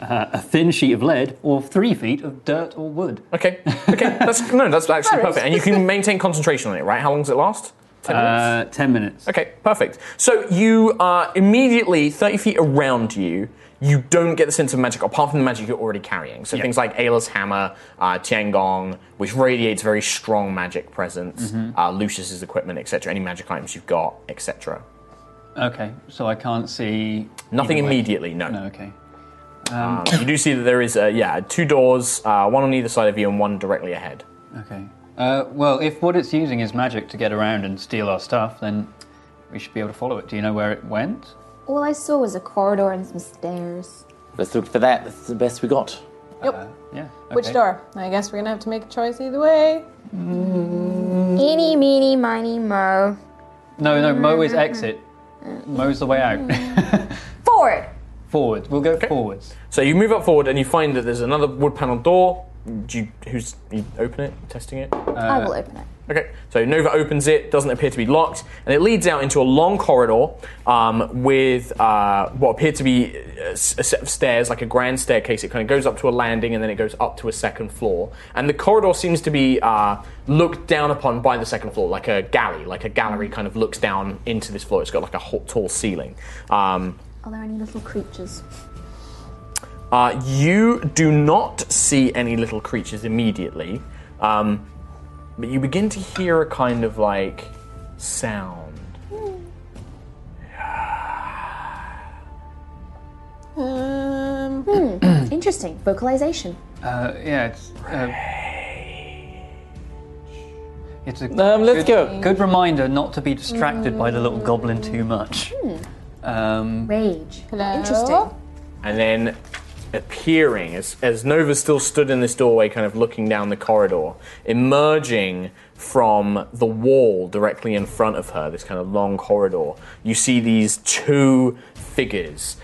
Speaker 1: uh, a thin sheet of lead, or three feet of dirt or wood.
Speaker 2: Okay. Okay. That's no. That's actually perfect. And you can maintain concentration on it, right? How long does it last? Ten minutes?
Speaker 1: Uh, ten minutes.
Speaker 2: Okay, perfect. So you are immediately 30 feet around you. You don't get the sense of magic apart from the magic you're already carrying. So things like Ayla's hammer, uh, Tiangong, which radiates very strong magic presence, uh, Lucius's equipment, etc. Any magic items you've got, etc.
Speaker 1: Okay, so I can't see
Speaker 2: Nothing
Speaker 1: either way.
Speaker 2: immediately, no.
Speaker 1: No, okay.
Speaker 2: Um, you do see that there is, uh, yeah, two doors, uh, one on either side of you and one directly ahead.
Speaker 1: Okay. Uh, well, if what it's using is magic to get around and steal our stuff, then we should be able to follow it. Do you know where it went?
Speaker 3: All I saw was a corridor and some stairs.
Speaker 6: Let's look for that. That's the best we got.
Speaker 5: Yep.
Speaker 1: Yeah. Okay.
Speaker 5: Which door? I guess we're gonna have to make a choice either way.
Speaker 3: Eeny, meeny, miny, mo.
Speaker 1: No, no. Mo is exit. Mo's the way out.
Speaker 3: Forward.
Speaker 1: forwards. We'll go forwards.
Speaker 2: So you move up forward and you find that there's another wood panel door. Do you, who's, you open it, testing it?
Speaker 3: I will open it.
Speaker 2: Okay, so Nova opens it, doesn't appear to be locked, and it leads out into a long corridor um, with uh, what appear to be a, s- a set of stairs, like a grand staircase. It kind of goes up to a landing and then it goes up to a second floor. And the corridor seems to be uh, looked down upon by the second floor, like a galley, like a gallery kind of looks down into this floor. It's got like a ho- tall ceiling. Um,
Speaker 3: Are there any little creatures?
Speaker 2: uh, you do not see any little creatures immediately, um, but you begin to hear a kind of like sound.
Speaker 5: Um,
Speaker 3: Interesting. Vocalization.
Speaker 1: Uh, yeah. It's. Uh, it's a
Speaker 6: Um, let's
Speaker 1: good,
Speaker 6: go.
Speaker 1: Good reminder not to be distracted by the little goblin too much.
Speaker 5: Mm.
Speaker 1: Um,
Speaker 3: Rage.
Speaker 5: hello?
Speaker 3: Interesting.
Speaker 2: and then appearing as, as Nova still stood in this doorway, kind of looking down the corridor, emerging from the wall directly in front of her, this kind of long corridor. You see these two figures.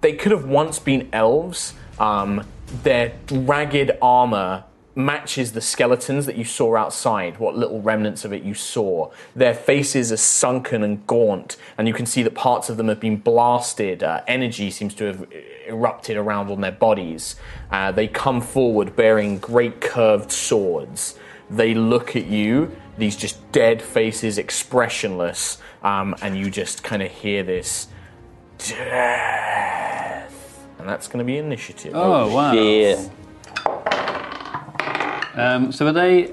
Speaker 2: They could have once been elves. Um, their ragged armor matches the skeletons that you saw outside, what little remnants of it you saw. Their faces are sunken and gaunt, and you can see that parts of them have been blasted. Uh, energy seems to have erupted around on their bodies. Uh, they come forward bearing great curved swords. They look at you, these just dead faces, expressionless, um, and you just kind of hear this. Death. And that's going to be initiative.
Speaker 1: Oh, wow. Um, so are they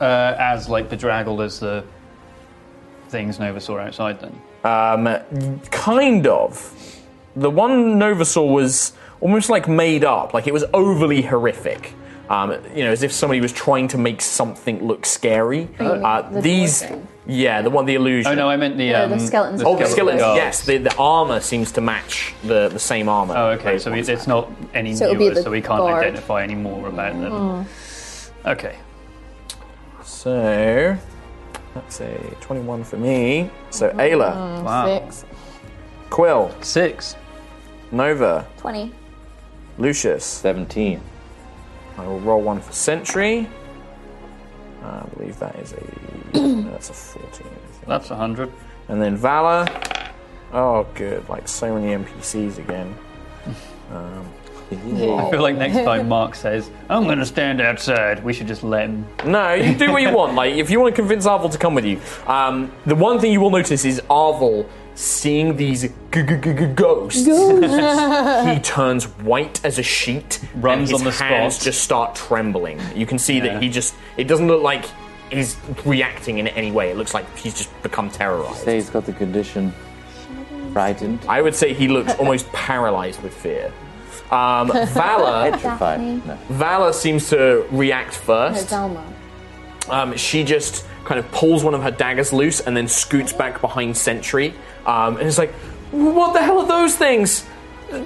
Speaker 1: uh, as like bedraggled as the things Nova saw outside then?
Speaker 2: Um, kind of. The one Novasaur was almost like made up, like it was overly horrific. Um, you know, as if somebody was trying to make something look scary. Uh,
Speaker 3: Oh, you mean the
Speaker 2: these,
Speaker 3: dwarf thing?
Speaker 2: yeah, the one, the illusion.
Speaker 1: Oh, no, I meant the, Yeah, the um, skeletons.
Speaker 2: Oh, the
Speaker 1: the
Speaker 2: skeletons.
Speaker 1: guards.
Speaker 2: Yes, the, the armor seems to match the, the same armor.
Speaker 1: Oh, okay. So we, it's not any
Speaker 3: So it'll be
Speaker 1: newer,
Speaker 3: the
Speaker 1: so we can't
Speaker 3: guard.
Speaker 1: identify any more about them. Okay.
Speaker 2: So that's a 21 for me. So Ayla,
Speaker 3: Oh.
Speaker 5: Six.
Speaker 2: Quill,
Speaker 1: six,
Speaker 2: Nova,
Speaker 3: 20.
Speaker 2: Lucius,
Speaker 6: 17.
Speaker 2: I will roll one for Sentry. I believe that is a that's a 14. I think.
Speaker 1: That's 100.
Speaker 2: And then Valor. Oh, good! Like so many NPCs again. Um,
Speaker 1: I feel like next time Mark says, I'm going to stand outside, we should just let him.
Speaker 2: No, you do what you want. Like, if you want to convince Arvel to come with you, um, the one thing you will notice is Arvel seeing these g- g- g- g- ghosts. he turns white as a sheet.
Speaker 1: Runs
Speaker 2: and his
Speaker 1: on the spot.
Speaker 2: hands just start trembling. You can see
Speaker 1: Yeah.
Speaker 2: that he just. It doesn't look like he's reacting in any way. It looks like he's just become terrorized.
Speaker 6: Say he's got the condition. Frightened.
Speaker 2: I would say he looks almost paralyzed with fear. Um, Valor.
Speaker 6: Petrified.
Speaker 3: Daphne.
Speaker 6: No.
Speaker 2: Valor seems to react first.
Speaker 3: Zelma.
Speaker 2: Um, she just kind of pulls one of her daggers loose and then scoots back behind Sentry. Um, and it's like, what the hell are those things?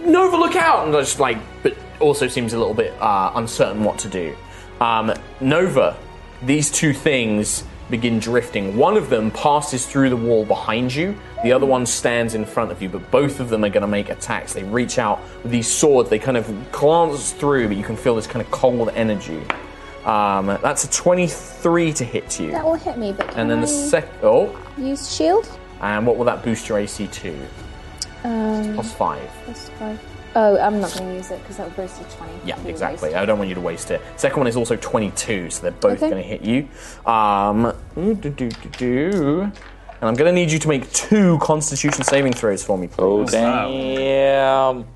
Speaker 2: Nova, look out! And just like, but also seems a little bit uh, uncertain what to do. Um, Nova, these two things begin drifting. One of them passes through the wall behind you, the other one stands in front of you, but both of them are going to make attacks. They reach out with these swords, they kind of glance through, but you can feel this kind of cold energy. Um, that's a 23 to hit you.
Speaker 3: That will hit me, but can
Speaker 2: and then
Speaker 3: I
Speaker 2: the second. Oh,
Speaker 3: use shield?
Speaker 2: and what will that boost your AC to?
Speaker 3: Um,
Speaker 2: Plus 5.
Speaker 3: plus five. Oh, I'm not going to use it because that would burst to 20.
Speaker 2: Yeah,
Speaker 3: Be
Speaker 2: exactly.
Speaker 3: wasted.
Speaker 2: I don't want you to waste it. Second one is also 22, so they're both
Speaker 3: Okay.
Speaker 2: going to hit you. Um, ooh, do, do, do, do. And I'm going to need you to make two constitution saving throws for me,
Speaker 6: Oh,
Speaker 2: please.
Speaker 6: damn.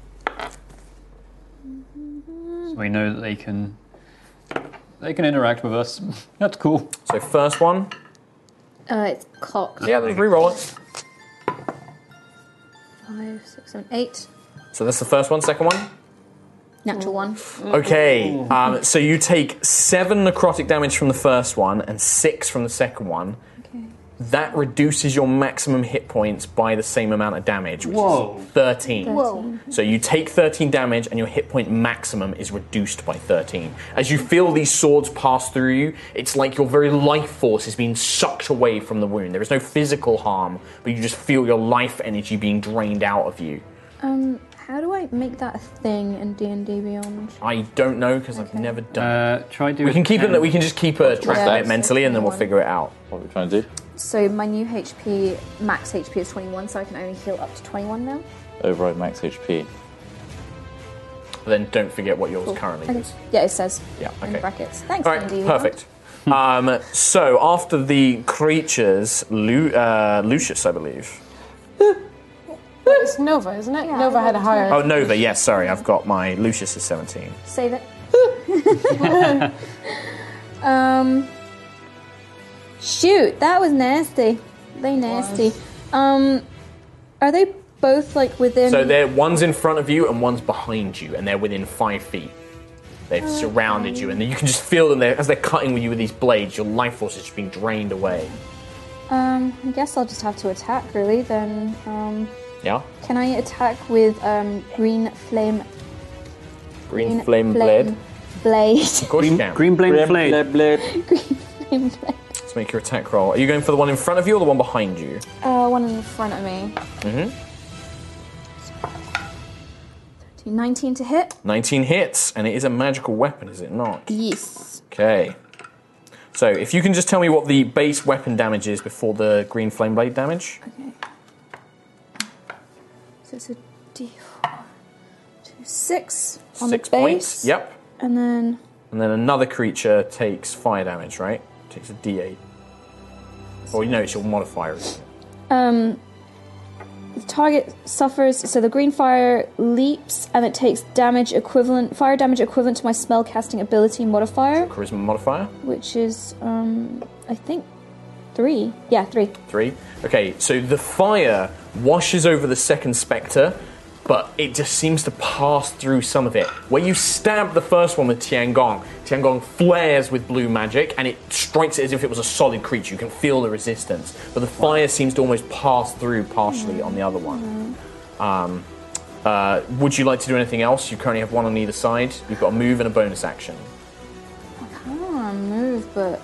Speaker 1: So we know that they can. They can interact with us. That's cool.
Speaker 2: So, first one.
Speaker 3: Uh, it's cocked.
Speaker 2: Yeah, let's reroll it.
Speaker 3: Five, six, seven, eight.
Speaker 2: So, that's the first one. Second one.
Speaker 3: Natural one.
Speaker 2: Okay, um, so you take seven necrotic damage from the first one and six from the second one. That reduces your maximum hit points by the same amount of damage, which
Speaker 1: Whoa.
Speaker 2: is 13.
Speaker 3: Whoa.
Speaker 2: So you take 13 damage and your hit point maximum is reduced by 13. As you feel these swords pass through you, it's like your very life force is being sucked away from the wound. There is no physical harm, but you just feel your life energy being drained out of you.
Speaker 3: Um, how do I make that a thing in D&D Beyond?
Speaker 2: I don't know because I've never done
Speaker 1: Uh, try doing.
Speaker 2: We can keep it. that We can just keep a track of
Speaker 6: Yeah.
Speaker 2: it mentally, and then we'll figure it out.
Speaker 6: What are we trying to do?
Speaker 3: So my new HP, max HP is 21, so I can only heal up to 21 now.
Speaker 6: Override max HP.
Speaker 2: Then don't forget what yours currently
Speaker 3: Okay.
Speaker 2: is.
Speaker 3: Yeah, it says
Speaker 2: Yeah, okay.
Speaker 3: in brackets. Thanks,
Speaker 2: All right,
Speaker 3: D&D Beyond.
Speaker 2: perfect. um, so after the creatures, Lu- uh, Lucius, I believe.
Speaker 5: It's Nova, isn't it?
Speaker 3: Yeah,
Speaker 5: Nova
Speaker 3: I
Speaker 5: had a
Speaker 3: rolled
Speaker 5: higher.
Speaker 2: Oh, Nova. Yes, sorry, I've got my Lucius is seventeen.
Speaker 3: Save it. um, shoot, that was nasty. They nasty. Um, are they both like within?
Speaker 2: So they're one's in front of you and one's behind you, and they're within five feet. They've surrounded you, and you can just feel them there as they're cutting with you with these blades. Your life force is just being drained away.
Speaker 3: um, I guess I'll just have to attack. Really, then. Um,
Speaker 2: Yeah,
Speaker 3: can I attack with um green flame?
Speaker 2: green,
Speaker 3: Green
Speaker 2: flame, blade. Of
Speaker 3: Blade.
Speaker 2: course you can.
Speaker 1: Green blade
Speaker 6: Blah,
Speaker 1: blade.
Speaker 6: blah,
Speaker 3: green flame blade.
Speaker 2: Let's make your attack roll. Are you going for the one in front of you or the one behind you? Mm-hmm.
Speaker 3: Uh, one in front of me.
Speaker 2: Mhm.
Speaker 3: 13, 19 to hit.
Speaker 2: 19 hits, and it is a magical weapon, is it not?
Speaker 3: Yes.
Speaker 2: Okay. So if you can just tell me what the base weapon damage is before the green flame blade damage.
Speaker 3: So it's a D4 to 6 on
Speaker 2: Six
Speaker 3: the base.
Speaker 2: points. Yep.
Speaker 3: And then
Speaker 2: And then another creature takes fire damage, right? Takes a D8. Or you know, it's your modifier. isn't it?
Speaker 3: um, the target suffers. So the green fire leaps and it takes damage equivalent, fire damage equivalent to my spell casting ability modifier,
Speaker 2: Charisma modifier.
Speaker 3: which is um, I think three. Yeah, three.
Speaker 2: Three. Okay, so the fire washes over the second spectre, but it just seems to pass through some of it. Where you stab the first one with Tiangong, Tiangong flares with blue magic and it strikes it as if it was a solid creature. You can feel the resistance, but the fire seems to almost pass through partially on the other one. Um, uh, would you like to do anything else? You currently have one on either side. You've got a move and a bonus action.
Speaker 3: I kind of want to Ah, move, but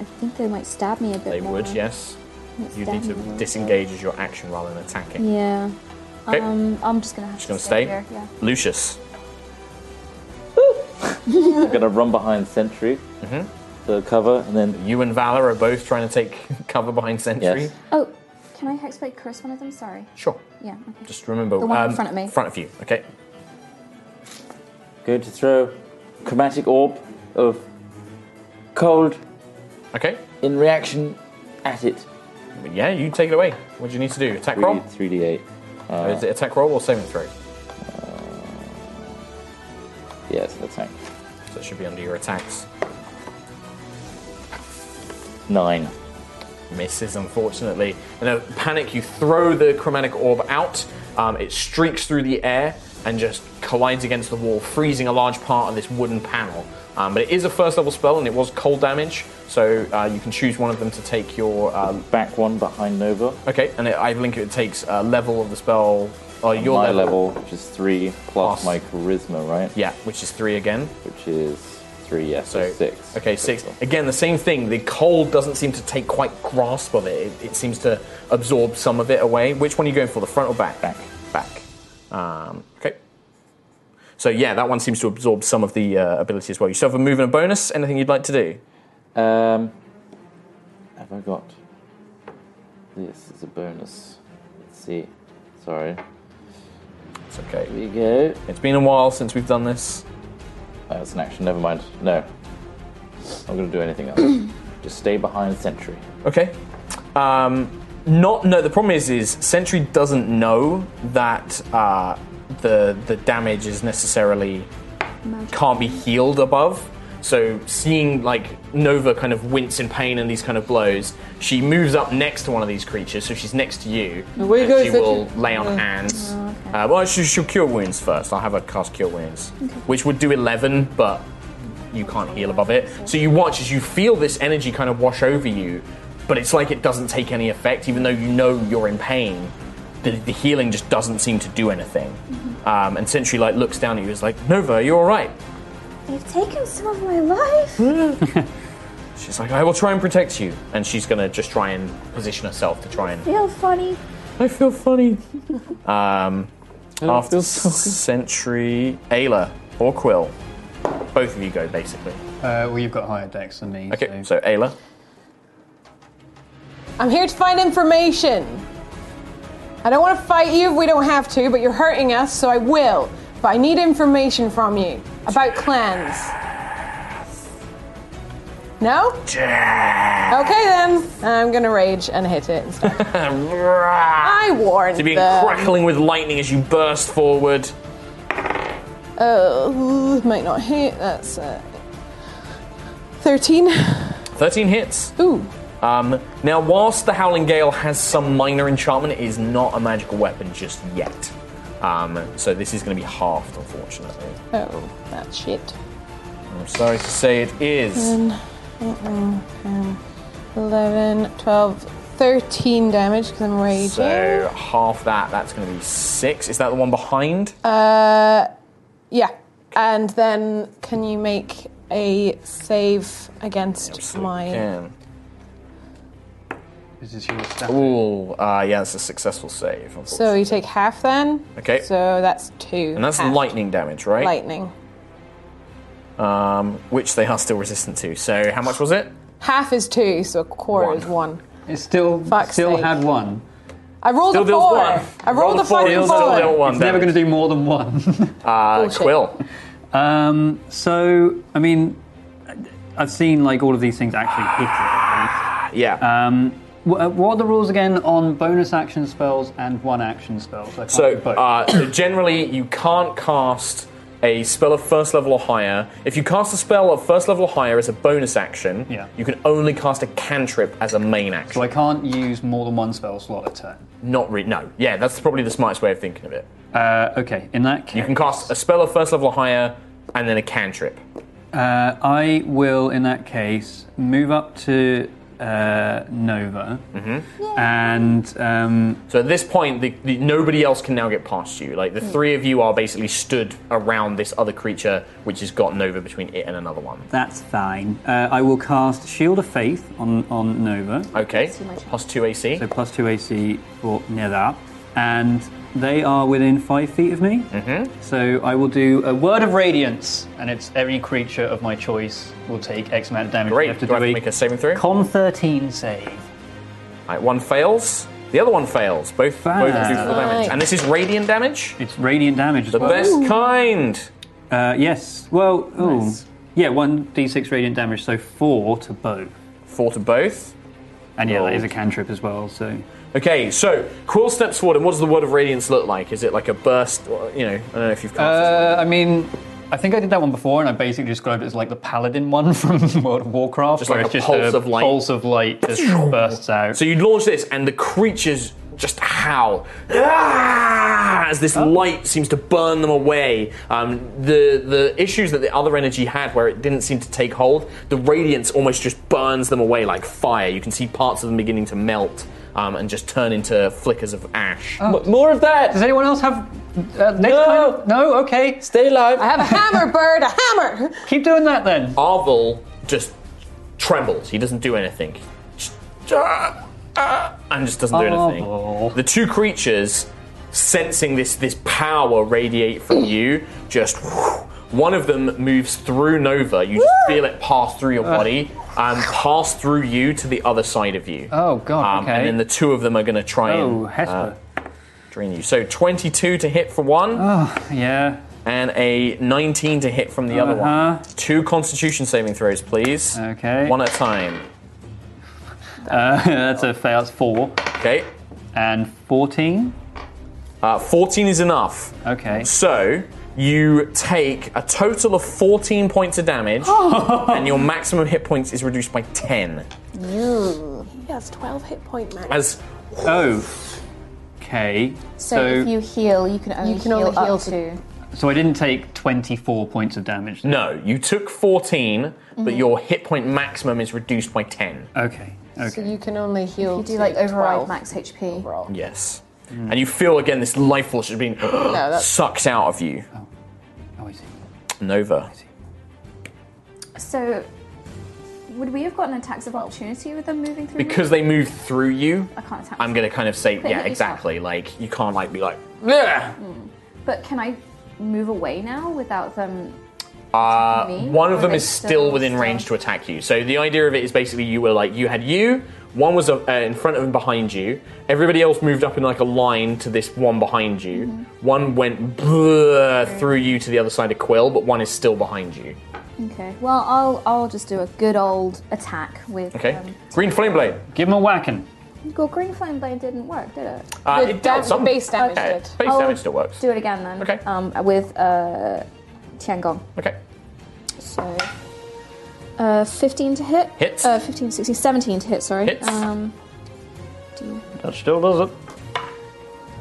Speaker 3: I think they might stab me a bit.
Speaker 2: They
Speaker 3: more.
Speaker 2: would, yes.
Speaker 3: It's
Speaker 2: You'd need to
Speaker 3: definitely-
Speaker 2: disengage as your action rather than attacking.
Speaker 3: Yeah.
Speaker 2: Okay.
Speaker 4: Mm,
Speaker 3: Um, I'm just gonna have
Speaker 2: Just
Speaker 3: to
Speaker 2: gonna stay.
Speaker 3: here. Yeah.
Speaker 2: Lucius.
Speaker 6: I'm gonna run behind Sentry to cover, and then
Speaker 2: You and Valor are both trying to take cover behind Sentry.
Speaker 6: Yes.
Speaker 3: Oh, can I hexblade curse one of them? Sorry.
Speaker 2: Sure.
Speaker 3: Yeah. Okay.
Speaker 2: Just remember. um,
Speaker 3: The one in front of me.
Speaker 2: Front of you. Okay.
Speaker 6: going to throw chromatic orb of cold
Speaker 2: Okay.
Speaker 6: in reaction at it.
Speaker 2: But yeah, you take it away. What do you need to do? Attack roll.
Speaker 6: Three D eight.
Speaker 2: Uh, Is it attack roll or saving throw?
Speaker 6: Yes, that's right.
Speaker 2: So it should be under your attacks.
Speaker 6: Nine.
Speaker 2: Misses, unfortunately. In a panic, you throw the chromatic orb out. Um, it streaks through the air and just collides against the wall, freezing a large part of this wooden panel. Um, but it is a first level spell and it was cold damage, so uh, you can choose one of them to take your um,
Speaker 6: Back one behind Nova.
Speaker 2: Okay, and it, I think it takes a level of the spell, or your
Speaker 6: my
Speaker 2: level.
Speaker 6: level, which is three plus
Speaker 2: Plus.
Speaker 6: my charisma, right?
Speaker 2: Yeah, which is three again.
Speaker 6: Which is three. Yes,
Speaker 2: So
Speaker 6: so six.
Speaker 2: Okay, six. Again, the same thing. The cold doesn't seem to take quite grasp of it. It, it seems to absorb some of it away. Which one are you going for? The front or back? Back. Back. Um, okay. So yeah, that one seems to absorb some of the uh, ability as well. You still have a move and a bonus. Anything you'd like to do?
Speaker 6: Um, have I got? This is a bonus. Let's see. Sorry.
Speaker 2: It's okay.
Speaker 6: Here we go.
Speaker 2: It's been a while since we've done this.
Speaker 6: Uh, That's an action. Never mind. No. I'm gonna do anything else. Just stay behind sentry.
Speaker 2: Okay. Um, not no. The problem is, is Sentry doesn't know that uh, the the damage is necessarily can't be healed above. So seeing like Nova kind of wince in pain and these kind of blows, she moves up next to one of these creatures. So she's next to you.
Speaker 5: Where you
Speaker 2: and
Speaker 5: go,
Speaker 2: she
Speaker 5: Sentry?
Speaker 2: will lay on hands. uh, well, she, she'll cure wounds first. I'll have her cast cure wounds, which would do eleven, but you can't heal above it. So you watch as you feel this energy kind of wash over you, but it's like it doesn't take any effect, even though you know you're in pain. The, the healing just doesn't seem to do anything. Um, and Sentry like looks down at you, is like, Nova, are you all right?
Speaker 3: They've taken some of my life.
Speaker 2: Hmm? She's like, I will try and protect you, and she's gonna just try and position herself to try and.
Speaker 3: Feel funny.
Speaker 2: I feel funny. Um, after
Speaker 6: feel funny.
Speaker 2: Sentry, Ayla or Quill, both of you go basically.
Speaker 1: Uh, well, you've got higher decks than me.
Speaker 2: Okay,
Speaker 1: so
Speaker 2: so Ayla,
Speaker 5: I'm here to find information. I don't want to fight you if we don't have to, but you're hurting us, so I will. But I need information from you about clans. No? Okay then. I'm gonna rage and hit it. instead. I warned
Speaker 2: So being
Speaker 5: them.
Speaker 2: crackling with lightning as you burst forward.
Speaker 5: Oh, might not hit. That's uh, 13.
Speaker 2: 13 hits.
Speaker 5: Ooh.
Speaker 2: Um, now, whilst the Howling Gale has some minor enchantment, it is not a magical weapon just yet. Um, so this is going to be halved, unfortunately.
Speaker 5: Oh, that's shit.
Speaker 2: I'm sorry to say it is.
Speaker 5: 10, mm. 11, 12, 13 damage because I'm raging.
Speaker 2: So half that, that's going to be six. Is that the one behind?
Speaker 5: Uh, yeah. And then can you make a save against
Speaker 2: Absolutely
Speaker 5: my
Speaker 2: can.
Speaker 1: This is your stat.
Speaker 2: Ooh, uh, yeah, that's a successful save.
Speaker 5: So you take half then.
Speaker 2: Okay.
Speaker 5: So that's two.
Speaker 2: and that's
Speaker 5: half.
Speaker 2: lightning damage, right?
Speaker 5: Lightning.
Speaker 2: Um, which they are still resistant to. So how much was it?
Speaker 5: Half is two, so a quarter is one.
Speaker 1: It still
Speaker 5: Fuck's
Speaker 1: still
Speaker 5: sake.
Speaker 1: had one.
Speaker 5: I rolled
Speaker 2: Still
Speaker 5: a
Speaker 2: deals
Speaker 5: four.
Speaker 2: one.
Speaker 5: I rolled
Speaker 2: Roll
Speaker 5: a
Speaker 2: the four,
Speaker 5: fucking
Speaker 2: deals
Speaker 5: four.
Speaker 2: Oh, still deal one.
Speaker 1: It's never going to do more than one.
Speaker 2: Uh,
Speaker 5: Bullshit.
Speaker 2: Quill.
Speaker 1: Um, so, I mean, I've seen like all of these things actually hit it. at least.
Speaker 2: Yeah.
Speaker 1: Um, wh- uh, what are the rules again on bonus action spells and one action spells? I can't
Speaker 2: So,
Speaker 1: do both.
Speaker 2: uh, so generally, you can't cast a spell of first level or higher. If you cast a spell of first level or higher as a bonus action,
Speaker 1: Yeah.
Speaker 2: you can only cast a cantrip as a main action.
Speaker 1: so I can't use more than one spell slot a turn.
Speaker 2: Not re- no. Yeah, that's probably the smartest way of thinking of it.
Speaker 1: Uh, okay, in that case,
Speaker 2: You can cast a spell of first level or higher, and then a cantrip.
Speaker 1: Uh, I will, in that case, move up to uh, Nova,
Speaker 2: Mm-hmm.
Speaker 1: and um,
Speaker 2: So at this point, the, the, nobody else can now get past you. Like the three of you are basically stood around this other creature, which has gotten over between it and another one.
Speaker 1: that's fine. Uh, I will cast Shield of Faith on on Nova.
Speaker 2: Okay,
Speaker 4: much.
Speaker 2: plus two AC.
Speaker 1: So plus two AC for Nether. And they are within five feet of me. Mm-hmm. So I will do a word of radiance, and it's every creature of my choice will take X amount of damage.
Speaker 2: Great.
Speaker 1: You have to
Speaker 2: Do I have
Speaker 1: do
Speaker 2: to make a saving throw?
Speaker 1: con 13 save.
Speaker 2: Right, one fails. The other one fails. Both both do
Speaker 1: Nice.
Speaker 2: full damage. And this is radiant damage.
Speaker 1: It's radiant damage as
Speaker 2: The
Speaker 1: well.
Speaker 2: best kind.
Speaker 1: Uh, yes. Well, ooh. yeah, one d6 radiant damage, so four to both.
Speaker 2: Four to both.
Speaker 1: And yeah, that
Speaker 2: Roll.
Speaker 1: is a cantrip as well. So
Speaker 2: Okay, so Quill steps forward, and what does the word of radiance look like? Is it like a burst? Well, You know, I don't know if you've cast this.
Speaker 1: Uh, I mean, I think I did that one before, and I basically described it as like the paladin one from World of Warcraft,
Speaker 2: Just
Speaker 1: where
Speaker 2: like
Speaker 1: it's
Speaker 2: a
Speaker 1: just
Speaker 2: pulse
Speaker 1: a
Speaker 2: of light.
Speaker 1: pulse of light that bursts out.
Speaker 2: So you launch this, and the creatures just howl "Ah!" as this light seems to burn them away. Um, the the issues that the other energy had, where it didn't seem to take hold, the radiance almost just burns them away like fire. You can see parts of them beginning to melt um, and just turn into flickers of ash.
Speaker 1: Oh.
Speaker 6: M- more of that.
Speaker 1: Does anyone else have uh, next
Speaker 6: No.
Speaker 1: kind of- No. Okay.
Speaker 6: Stay alive.
Speaker 5: I have a hammer, bird. A hammer.
Speaker 1: Keep doing that then.
Speaker 2: Arvel just trembles. He doesn't do anything. Just, "Ah, ah," and just doesn't do
Speaker 1: Oh.
Speaker 2: anything.
Speaker 1: Arvel.
Speaker 2: The two creatures, sensing this this power radiate from you, just one of them moves through Nova. You just feel it pass through your body and pass through you to the other side of you. Um,
Speaker 1: Oh, God, okay.
Speaker 2: And then the two of them are going to try
Speaker 1: Oh,
Speaker 2: and uh,
Speaker 1: Hesper.
Speaker 2: drain you. So 22 to hit for one
Speaker 1: Oh, yeah.
Speaker 2: and a 19 to hit from the other
Speaker 1: Uh-huh.
Speaker 2: one. Two constitution saving throws, please.
Speaker 1: Okay.
Speaker 2: One at a time.
Speaker 1: Uh, that's a fail. That's four
Speaker 2: Okay.
Speaker 1: and fourteen.
Speaker 2: Uh, 14 is enough.
Speaker 1: Okay.
Speaker 2: So you take a total of 14 points of damage, and your maximum hit points is reduced by 10.
Speaker 5: He has twelve hit point max.
Speaker 2: As
Speaker 1: Oh. Okay.
Speaker 4: So, if you heal, you can only
Speaker 5: You can
Speaker 4: heal,
Speaker 5: only heal
Speaker 4: up to.
Speaker 1: so I didn't take twenty-four points of damage.
Speaker 2: no, you took 14, but
Speaker 5: Mm-hmm.
Speaker 2: your hit point maximum is reduced by 10.
Speaker 1: Okay. Okay.
Speaker 5: So you can only heal.
Speaker 4: You do
Speaker 5: to
Speaker 4: like override
Speaker 5: 12.
Speaker 4: max HP.
Speaker 5: Overall.
Speaker 2: Yes. And you feel again this life force just being
Speaker 5: that's-
Speaker 2: sucked out of you.
Speaker 1: oh, I see.
Speaker 2: Nova.
Speaker 4: So, would we have gotten attacks of opportunity with them moving through?
Speaker 2: Because they move through you,
Speaker 4: I can't attack.
Speaker 2: I'm gonna kind of say,
Speaker 4: But
Speaker 2: yeah,
Speaker 4: hit yourself.
Speaker 2: exactly. Like you can't like be like, yeah.
Speaker 4: But can I move away now without them?
Speaker 2: Uh,
Speaker 4: Me?
Speaker 2: one of
Speaker 4: Or
Speaker 2: them
Speaker 4: they
Speaker 2: is
Speaker 4: still
Speaker 2: still within
Speaker 4: still-
Speaker 2: range to attack you. So the idea of it is basically you were like you had you, one was uh, in front of and behind you. Everybody else moved up in like a line to this one behind you.
Speaker 4: Mm-hmm.
Speaker 2: One went blur through you to the other side of Quill, but one is still behind you.
Speaker 4: Okay. Well, I'll I'll just do a good old attack with.
Speaker 2: Okay,
Speaker 4: um,
Speaker 2: green flame blade.
Speaker 1: Give him a whacking.
Speaker 4: Well, green flame blade didn't work, did it?
Speaker 2: Uh,
Speaker 5: The
Speaker 2: it does
Speaker 5: da-
Speaker 2: some
Speaker 5: base damage
Speaker 2: Okay.
Speaker 5: did.
Speaker 2: Base
Speaker 4: I'll
Speaker 2: damage still works.
Speaker 4: Do it again then.
Speaker 2: Okay.
Speaker 4: Um, with uh, Tiangong.
Speaker 2: Okay,
Speaker 4: So, uh, 15 to hit.
Speaker 2: Hits.
Speaker 4: Uh, 15, 16, 17 to hit, sorry.
Speaker 2: Hits.
Speaker 4: Um, do
Speaker 1: That still does it.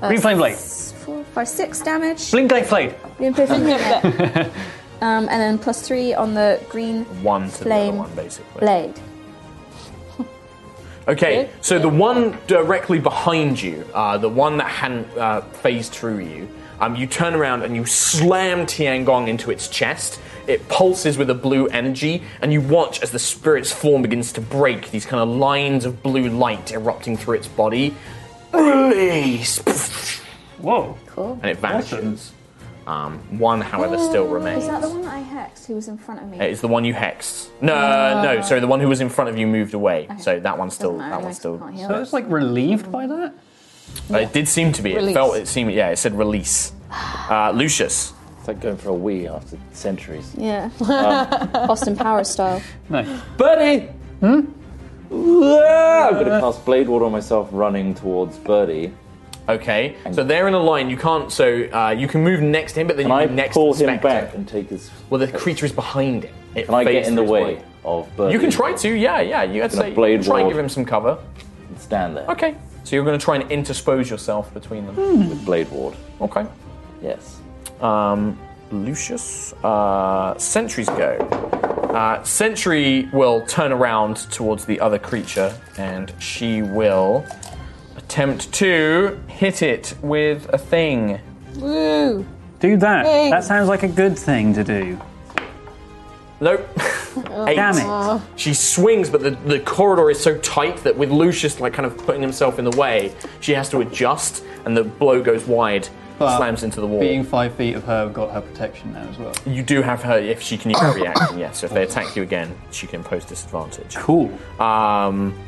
Speaker 1: Green flame blade.
Speaker 4: s- four, five, six damage.
Speaker 1: Blink light blade.
Speaker 4: Green flame blade. um, and then plus three on the green
Speaker 2: one to the
Speaker 4: flame
Speaker 2: other one basically.
Speaker 4: blade.
Speaker 2: Okay, so the one directly behind you, uh, the one that hadn't uh, phased through you, um, you turn around and you slam Tiangong into its chest. It pulses with a blue energy, and you watch as the spirit's form begins to break, these kind of lines of blue light erupting through its body. Release!
Speaker 1: Whoa.
Speaker 3: Cool.
Speaker 2: And it vanishes. Um, one, however, still remains.
Speaker 3: Oh, Is that the one that I hexed who was in front of me?
Speaker 2: Uh, It's the one you hexed. No, no, sorry, the one who was in front of you moved away. So that one's still,
Speaker 3: Ah. matter,
Speaker 2: that one's
Speaker 3: I
Speaker 2: still.
Speaker 3: can't heal
Speaker 1: So it's like relieved by that?
Speaker 2: Uh, It did seem to be. It
Speaker 5: Release.
Speaker 2: felt. It seemed. Yeah, it said release. Uh, Lucius.
Speaker 6: It's like going for a wee after centuries.
Speaker 3: Yeah.
Speaker 2: Um,
Speaker 3: Austin Power style.
Speaker 1: Nice.
Speaker 6: Birdie! Hmm? I'm gonna cast Blade Water on myself running towards Birdie.
Speaker 2: Okay, so they're in a line. You can't. So uh, you can move next to him, but then
Speaker 6: Can
Speaker 2: you
Speaker 6: I
Speaker 2: move next
Speaker 6: pull
Speaker 2: to the
Speaker 6: him
Speaker 2: spectre.
Speaker 6: back and take his.
Speaker 2: Well, the creature is behind him. It
Speaker 6: Can I get
Speaker 2: fades
Speaker 6: in the
Speaker 2: through his
Speaker 6: way
Speaker 2: body.
Speaker 6: of Birdie?
Speaker 2: You can try to. Yeah, yeah. You had to
Speaker 6: Gonna
Speaker 2: say,
Speaker 6: blade
Speaker 2: try and
Speaker 6: ward.
Speaker 2: give him some cover.
Speaker 6: Stand there.
Speaker 2: Okay. So you're going to try and interpose yourself between them.
Speaker 6: With Blade Ward.
Speaker 2: Okay.
Speaker 6: Yes.
Speaker 2: Um, Lucius. Uh, sentries go. Uh, Sentry will turn around towards the other creature and she will attempt to hit it with a thing.
Speaker 5: Woo!
Speaker 1: Do that.
Speaker 5: Hey.
Speaker 1: That sounds like a good thing to do.
Speaker 2: Nope. Eight.
Speaker 1: Damn it.
Speaker 2: She swings, but the, the corridor is so tight that with Lucius like kind of putting himself in the way, she has to adjust, and the blow goes wide,
Speaker 1: But
Speaker 2: slams into the wall.
Speaker 1: Being five feet of her, I've got her protection now as well.
Speaker 2: You do have her if she can use her reaction. Yes, so if they attack you again, she can impose disadvantage.
Speaker 1: Cool.
Speaker 2: Um,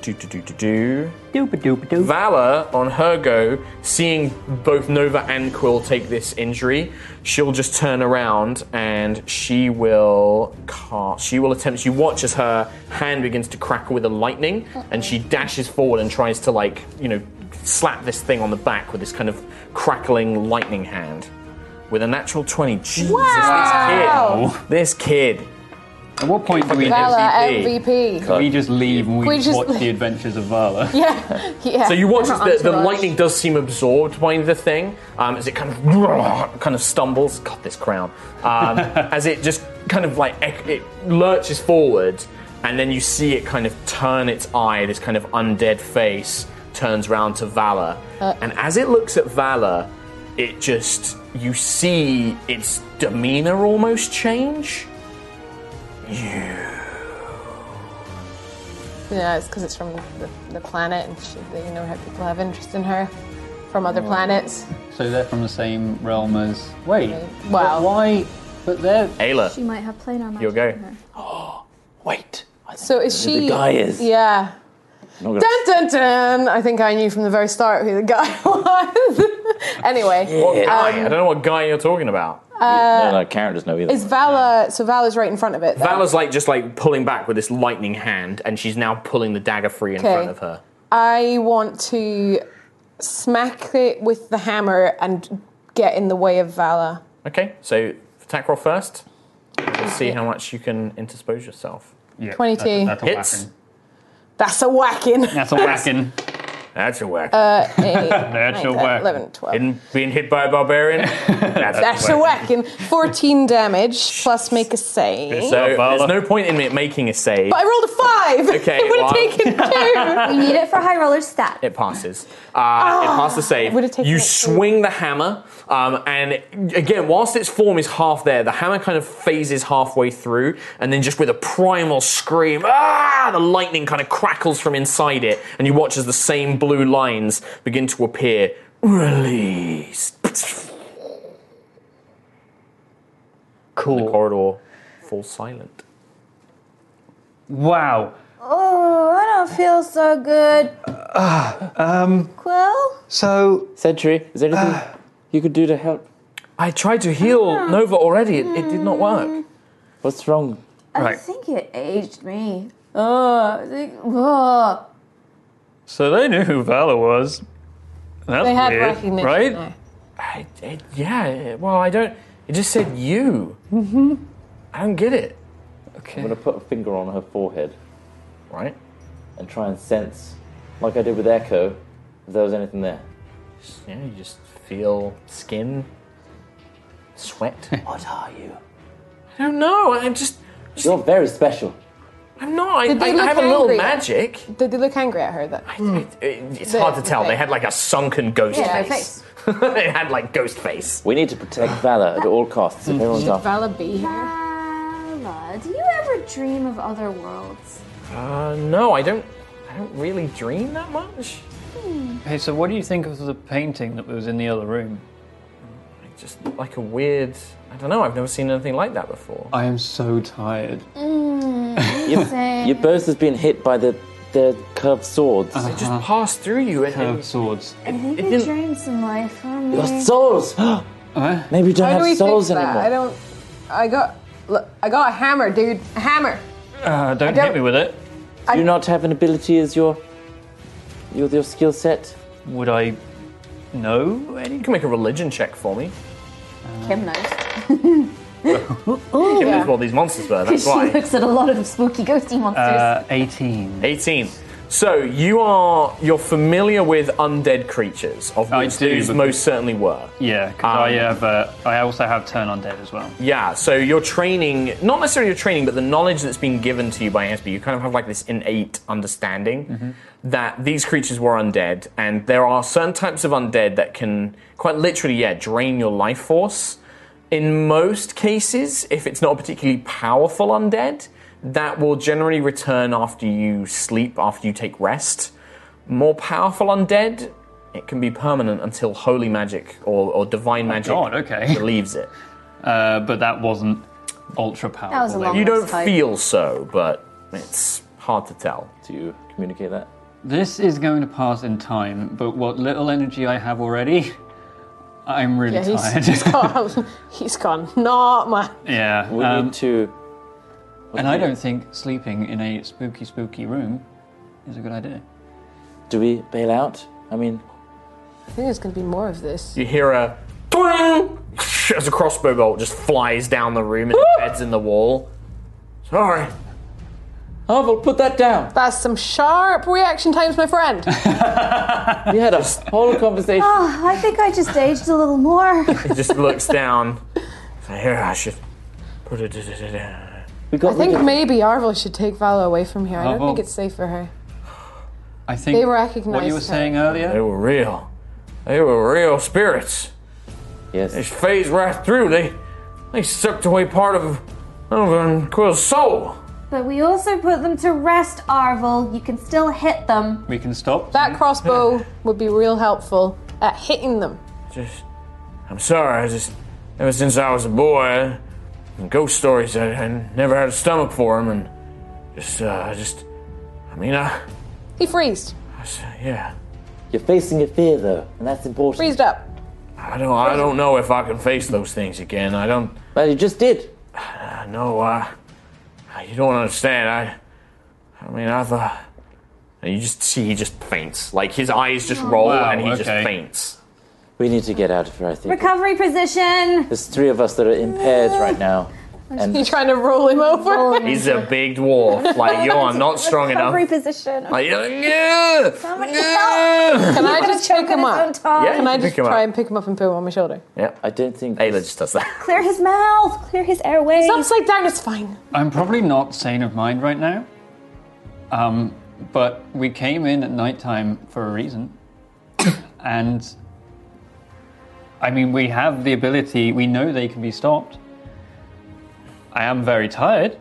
Speaker 2: do do do do do.
Speaker 1: Doopa doopa doop.
Speaker 2: Valor on her go, seeing both Nova and Quill take this injury, she'll just turn around and she will cast. She will attempt. She watches her hand begins to crackle with a lightning, and she dashes forward and tries to like you know slap this thing on the back with this kind of crackling lightning hand. With a natural twenty, Jesus, this kid, this kid.
Speaker 1: At what point do we
Speaker 5: Valor
Speaker 2: MVP.
Speaker 5: MVP.
Speaker 1: we just leave and we,
Speaker 5: We just
Speaker 1: watch
Speaker 5: leave.
Speaker 1: the adventures of Vala?
Speaker 5: Yeah, yeah.
Speaker 2: So you watch as the, the
Speaker 4: entourage.
Speaker 2: lightning does seem absorbed by the thing um, as it kind of kind of stumbles. God, this crown. Um, as it just kind of like ec- it lurches forward, and then you see it kind of turn its eye. This kind of undead face turns round to Valor, and as it looks at Valor, it just you see its demeanor almost change.
Speaker 5: Yeah, it's because it's from the, the, the planet, and she, you know how people have interest in her from other planets.
Speaker 1: So they're from the same realm as. Wait.
Speaker 5: Wow.
Speaker 1: but Why? But they're.
Speaker 2: Ayla,
Speaker 3: She might have planar magic.
Speaker 2: You'll go.
Speaker 3: in her.
Speaker 6: Wait. I
Speaker 5: So is
Speaker 6: think
Speaker 5: she?
Speaker 6: the guy is.
Speaker 5: Yeah.
Speaker 6: I'm not gonna-
Speaker 5: Dun dun dun! I think I knew from the very start who the guy was. anyway,
Speaker 2: what guy? I don't know what guy you're talking about. Uh,
Speaker 6: no, no, characters know either.
Speaker 5: is Vala? So Vala's right in front of it. then.
Speaker 2: Vala's like just like pulling back with this lightning hand, and she's now pulling the dagger free in
Speaker 5: Okay.
Speaker 2: front of her.
Speaker 5: I want to smack it with the hammer and get in the way of Vala.
Speaker 2: Okay, so attack roll first. Let's see how much you can interpose yourself.
Speaker 1: Yeah,
Speaker 5: 22.
Speaker 1: That's, that's a
Speaker 2: Hits.
Speaker 1: whacking.
Speaker 5: That's a whacking.
Speaker 1: That's a whacking.
Speaker 2: That's a whack.
Speaker 1: That's a whack.
Speaker 5: 11, 12.
Speaker 2: Been- being hit by a barbarian. That's,
Speaker 5: That's a whacking. 14 damage plus make a save.
Speaker 2: So there's
Speaker 1: Vala.
Speaker 2: no point in it making a save.
Speaker 5: But I rolled a five.
Speaker 2: Okay,
Speaker 5: it would
Speaker 2: well-
Speaker 5: have taken two.
Speaker 3: We need it for high roller stat.
Speaker 2: It passes. Uh, it passed the save.
Speaker 5: would've taken
Speaker 2: You
Speaker 5: Ah, it too.
Speaker 2: swing the hammer, um, and again, whilst its form is half there, the hammer kind of phases halfway through, and then just with a primal scream, ah, the lightning kind of crackles from inside it, and you watch as the same blue lines begin to appear. Release. The
Speaker 1: Cool.
Speaker 2: corridor falls silent.
Speaker 1: Wow.
Speaker 3: Oh, I don't feel so good.
Speaker 1: Ah,
Speaker 3: um. Quill?
Speaker 1: So
Speaker 6: Sentry, is there anything
Speaker 2: Ah.
Speaker 6: you could do to help?
Speaker 2: I tried to heal Nova already. It, it did not work.
Speaker 6: What's wrong?
Speaker 3: I think it aged me. Oh, I think, oh.
Speaker 1: So they knew who Valor was. That's
Speaker 5: They had recognition. no.
Speaker 2: I, it, yeah. it- Well, I don't. It just said you. Mm-hmm. I don't get it.
Speaker 6: I'm gonna put a finger on her forehead
Speaker 2: Right.
Speaker 6: and try and sense, like I did with Echo, if there was anything there.
Speaker 2: Yeah, you just feel skin, sweat. I
Speaker 6: What are you?
Speaker 2: don't know. I'm just.
Speaker 6: You're very special.
Speaker 2: I'm not. I,
Speaker 5: Did
Speaker 2: I,
Speaker 5: they
Speaker 2: I
Speaker 5: look
Speaker 2: have a little
Speaker 5: angry?
Speaker 2: magic.
Speaker 5: Did they look angry at her then?
Speaker 2: It- it's
Speaker 5: They-
Speaker 2: hard to tell.
Speaker 5: they-
Speaker 2: They had like a sunken ghost
Speaker 5: Yeah,
Speaker 2: face. it had like ghost face.
Speaker 6: We need to protect Valor at all costs. If everyone's
Speaker 5: Should
Speaker 6: off.
Speaker 5: Vala be here?
Speaker 4: Vala, do you ever dream of other worlds?
Speaker 2: Uh, no, I don't. I don't really dream that much.
Speaker 1: Hey, so what do you think of the painting that was in the other room?
Speaker 2: It's just like a weird. I don't know. I've never seen anything like that before.
Speaker 1: I am so tired.
Speaker 4: Hmm, Same.
Speaker 6: You both have been hit by the the curved swords.
Speaker 5: Uh-huh.
Speaker 2: It just passed through you. and-
Speaker 1: Curved swords.
Speaker 2: and it
Speaker 4: Maybe
Speaker 2: didn't-
Speaker 4: dreams in life are
Speaker 6: Your
Speaker 4: made-
Speaker 6: souls.
Speaker 1: Huh?
Speaker 6: Maybe you don't
Speaker 5: How Uh-huh. do
Speaker 6: have
Speaker 5: we fix
Speaker 6: souls
Speaker 5: that?
Speaker 6: anymore.
Speaker 5: I don't. I got. Look, I got a hammer, dude. A hammer.
Speaker 1: Uh, don't,
Speaker 5: don't-
Speaker 1: hit me with it.
Speaker 6: Do you not have an ability as your your, your skill set?
Speaker 1: Would I know any?
Speaker 2: You can make a religion check for me.
Speaker 4: Kim knows.
Speaker 2: Kim knows what these monsters were. That's
Speaker 4: She
Speaker 2: why.
Speaker 4: looks at a lot of spooky ghosty monsters.
Speaker 1: Uh, 18.
Speaker 2: 18. So you are you're familiar with undead creatures, of
Speaker 1: I
Speaker 2: which
Speaker 1: do,
Speaker 2: these
Speaker 1: but-
Speaker 2: most certainly were.
Speaker 1: Yeah, 'cause
Speaker 2: Um,
Speaker 1: I have. Uh, I also have turn undead as well.
Speaker 2: Yeah, so your training, not necessarily your training, but the knowledge that's been given to you by Ansby, you kind of have like this innate understanding
Speaker 1: Mm-hmm.
Speaker 2: that these creatures were undead, and there are certain types of undead that can quite literally, yeah, drain your life force. In most cases, if it's not a particularly powerful undead, that will generally return after you sleep, after you take rest. More powerful undead, it can be permanent until holy magic or, or divine magic
Speaker 1: Oh God, okay.
Speaker 2: relieves it.
Speaker 1: Uh, but that wasn't ultra powerful.
Speaker 4: That was a long
Speaker 2: You
Speaker 1: They-
Speaker 4: one.
Speaker 2: don't
Speaker 4: type.
Speaker 2: feel so, but it's hard to tell.
Speaker 6: Do you communicate that?
Speaker 1: This is going to pass in time, but what little energy I have already, I'm really
Speaker 5: Yeah, he's,
Speaker 1: tired.
Speaker 5: he's gone. he's gone. Not my.
Speaker 1: yeah,
Speaker 6: We
Speaker 1: um,
Speaker 6: need to.
Speaker 1: and I don't think sleeping in a spooky, spooky room is a good idea.
Speaker 6: Do we bail out? I mean,
Speaker 5: I think there's gonna be more of this.
Speaker 2: You hear a twang as a crossbow bolt just flies down the room and embeds in the wall. Sorry.
Speaker 6: Harville, put that down.
Speaker 5: That's some sharp reaction times, my friend.
Speaker 6: We had a whole conversation.
Speaker 4: Oh,
Speaker 3: Ah, I think I just aged a little more.
Speaker 2: It just looks down. So here I should put it. da-da-da-da."
Speaker 6: We got
Speaker 5: I think
Speaker 6: rid of-
Speaker 5: maybe Arvel should take Vala away from here. I don't
Speaker 1: Arvel.
Speaker 5: think it's safe for her.
Speaker 1: I think
Speaker 5: They
Speaker 1: what
Speaker 5: recognized
Speaker 1: you were
Speaker 5: her.
Speaker 1: saying
Speaker 2: They
Speaker 1: earlier.
Speaker 2: were real. They were real spirits. They
Speaker 6: Yes.
Speaker 2: phased right through. They they sucked away part of of Quill's soul.
Speaker 4: But we also put them to rest, Arvel. You can still hit them.
Speaker 1: We can stop.
Speaker 5: That crossbow would be real helpful at hitting them.
Speaker 2: Just, I'm sorry. I just, ever since I was a boy, and ghost stories, I, I never had a stomach for them, and just, uh, I just, I mean, I,
Speaker 5: He freezed.
Speaker 2: I s- yeah,
Speaker 6: You're facing your fear though, and that's important.
Speaker 5: Freezed up.
Speaker 2: I don't, I don't know if I can face those things again. I don't,
Speaker 6: Well, you just did.
Speaker 2: I know, I, I- you don't understand. I, I mean, I thought. And you just see he just faints. Like his eyes just roll,
Speaker 1: Wow,
Speaker 2: and he just
Speaker 1: okay.
Speaker 2: faints.
Speaker 6: We need to get out of here. I think
Speaker 4: Recovery position.
Speaker 6: there's three of us that are impaired right now,
Speaker 5: You
Speaker 6: and
Speaker 5: trying to roll him over?
Speaker 2: He's a big dwarf. Like you are not strong enough.
Speaker 3: Recovery position.
Speaker 2: Like, yeah, yeah.
Speaker 5: Can I just pick him up?
Speaker 2: Yeah,
Speaker 5: Can I
Speaker 2: you
Speaker 5: just
Speaker 2: pick him
Speaker 5: try
Speaker 2: up.
Speaker 5: and pick him up and put him on my shoulder?
Speaker 2: Yep.
Speaker 6: I don't think.
Speaker 2: Ayla just does that.
Speaker 3: Clear his mouth. Clear his airways.
Speaker 5: It's upside down, it's fine.
Speaker 1: I'm probably not sane of mind right now. Um, but we came in at nighttime for a reason. and I mean, we have the ability, we know they can be stopped. I am very tired,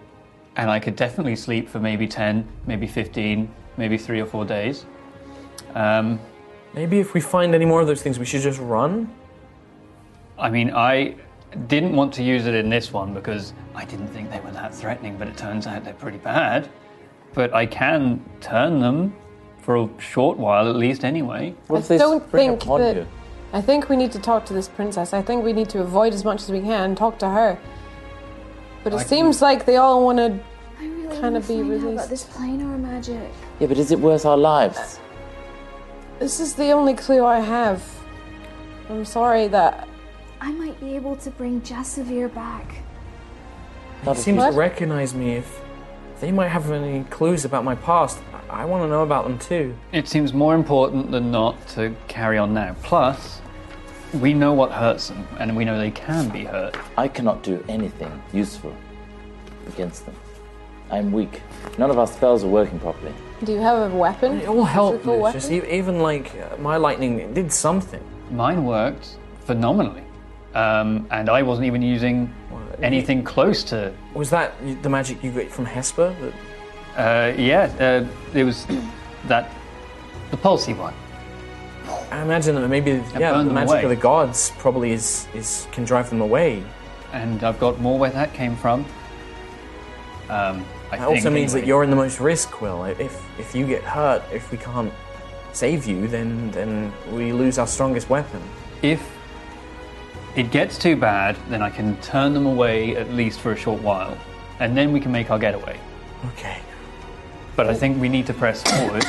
Speaker 1: and I could definitely sleep for maybe 10, maybe 15, maybe three or four days. Um,
Speaker 2: Maybe if we find any more of those things, we should just run.
Speaker 1: I mean, I didn't want to use it in this one because I didn't think they were that threatening, but it turns out they're pretty bad. But I can turn them for a short while at least anyway.
Speaker 6: What if they
Speaker 5: don't
Speaker 6: spring
Speaker 5: think
Speaker 6: upon
Speaker 5: that-
Speaker 6: you?
Speaker 5: I think we need to talk to this princess. I think we need to avoid as much as we can, talk to her. But it
Speaker 1: I can-
Speaker 5: seems like they all want to.
Speaker 4: I really
Speaker 5: Kinda
Speaker 4: wanna
Speaker 5: be
Speaker 4: find out
Speaker 5: released.
Speaker 4: about this planar magic.
Speaker 6: Yeah, but is it worth our lives?
Speaker 5: This is the only clue I have. I'm sorry that.
Speaker 4: I might be able to bring Jessavir back.
Speaker 2: He seems
Speaker 5: What?
Speaker 2: to recognize me. If they might have any clues about my past, I, I want to know about them too.
Speaker 1: It seems more important than not to carry on now. Plus, we know what hurts them, and we know they can be hurt.
Speaker 6: I cannot do anything useful against them. I'm weak. None of our spells are working properly.
Speaker 5: Do you have a weapon?
Speaker 2: It will help,
Speaker 5: Physical
Speaker 2: Lucius.
Speaker 5: weapon?
Speaker 2: E- Even like uh, my lightning did something.
Speaker 1: Mine worked phenomenally, um, and I wasn't even using anything close to.
Speaker 2: Was that the magic you got from Hesper?
Speaker 1: Uh, yeah, uh, it was that the pulsy one.
Speaker 2: I imagine that maybe yeah,
Speaker 1: burned them
Speaker 2: the magic
Speaker 1: away.
Speaker 2: of the gods probably is, is can drive them away.
Speaker 1: and I've got more where that came from. Um, I
Speaker 2: That
Speaker 1: think,
Speaker 2: also means
Speaker 1: anyway.
Speaker 2: that you're in the most risk, Will. If if you get hurt, if we can't save you, then then we lose our strongest weapon.
Speaker 1: If it gets too bad, then I can turn them away at least for a short while, and then we can make our getaway.
Speaker 2: Okay.
Speaker 1: But
Speaker 5: Oh.
Speaker 1: I think we need to press forward.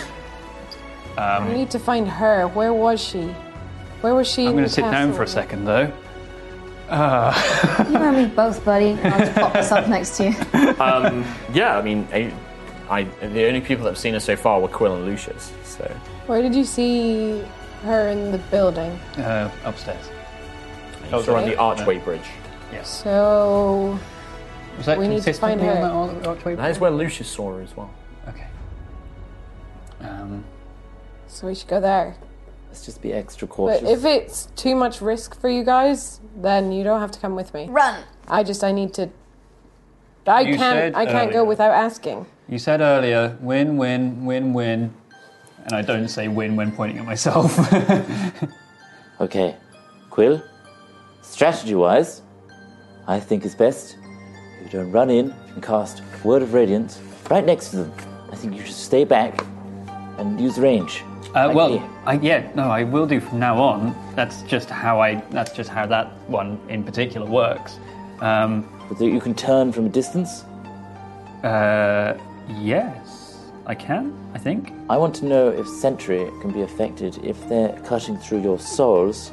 Speaker 5: We
Speaker 1: Um,
Speaker 5: need to find her. Where was she? Where was she?
Speaker 1: I'm
Speaker 5: in
Speaker 1: going to
Speaker 5: the
Speaker 1: sit down
Speaker 5: castle?
Speaker 1: for a second, though. Uh,
Speaker 4: You and me both, buddy. I'll just pop this up next to you.
Speaker 2: um, yeah, I mean, I, I the only people that have seen us so far were Quill and Lucius. So
Speaker 5: Where did you see her in the building?
Speaker 1: uh, upstairs.
Speaker 2: that was around the archway bridge.
Speaker 1: Yes.
Speaker 5: So
Speaker 1: Was that
Speaker 5: we need to find
Speaker 1: consistently on
Speaker 5: her.
Speaker 1: that arch- archway?
Speaker 2: That is where Lucius saw her as well.
Speaker 1: Okay. Um,
Speaker 5: So we should go there.
Speaker 6: Let's just be extra
Speaker 5: But
Speaker 6: cautious.
Speaker 5: if it's too much risk for you guys, then you don't have to come with me.
Speaker 4: Run.
Speaker 5: I just I need to. I
Speaker 1: You
Speaker 5: can't.
Speaker 1: said
Speaker 5: I can't go
Speaker 1: earlier.
Speaker 5: without asking.
Speaker 1: You said earlier, win, win, win, win. And I don't say win when pointing at myself.
Speaker 6: Okay, Quill, strategy wise, I think it's best if you don't run in and cast Word of Radiance right next to them. I think you should stay back and use range.
Speaker 1: Uh,
Speaker 6: Like
Speaker 1: well,
Speaker 6: me.
Speaker 1: I, yeah, no, I will do from now on. That's just how I. That's just how that one in particular works. Um,
Speaker 6: But you can turn from a distance.
Speaker 1: uh, yes, I can. I think.
Speaker 6: I want to know if Sentry can be affected. If they're cutting through your souls,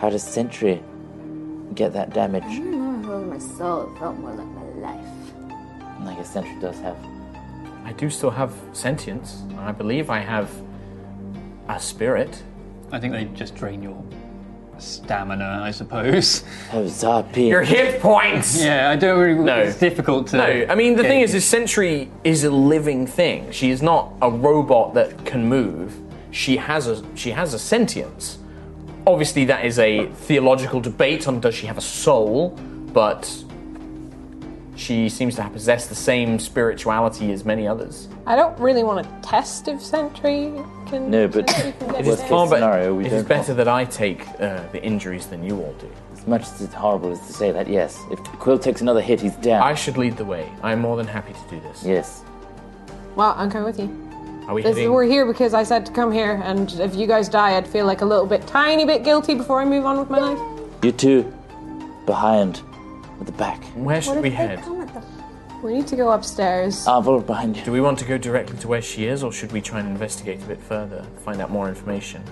Speaker 6: how does Sentry get that damage?
Speaker 4: Oh, my soul it felt more like my life.
Speaker 6: I guess Sentry does have.
Speaker 2: I do still have sentience, and I believe I have a spirit.
Speaker 1: I think they just drain your stamina, I suppose.
Speaker 6: Oh, Zarpy.
Speaker 2: Your hit points.
Speaker 1: yeah, I don't really.
Speaker 2: No.
Speaker 1: It's difficult to.
Speaker 2: No, I mean the thing
Speaker 1: gauge.
Speaker 2: is, is Sentry is a living thing. She is not a robot that can move. She has a she has a sentience. Obviously, that is a theological debate on does she have a soul, but she seems to possess the same spirituality as many others.
Speaker 5: I don't really want to test if Sentry can.
Speaker 6: No, but
Speaker 5: Sentry can get
Speaker 6: it is
Speaker 5: us there.
Speaker 6: far scenario, we
Speaker 2: it
Speaker 6: don't
Speaker 2: is better that I take uh, the injuries than you all do.
Speaker 6: As much as it's horrible as to say that, yes. If Quill takes another hit, he's down.
Speaker 2: I should lead the way. I am more than happy to do this.
Speaker 6: Yes.
Speaker 5: Well, I'm coming with you.
Speaker 2: Are we
Speaker 5: This is,
Speaker 2: heading?
Speaker 5: we're here because I said to come here, and if you guys die, I'd feel like a little bit, tiny bit guilty before I move on with my life.
Speaker 6: You two, behind, at the back.
Speaker 2: Where should we
Speaker 4: They
Speaker 2: head?
Speaker 4: come at the
Speaker 5: We need to go upstairs.
Speaker 2: Uh.
Speaker 6: Arvel, Ah, behind you.
Speaker 2: Do we want to go directly to where she is, or should we try and investigate a bit further, find out more information?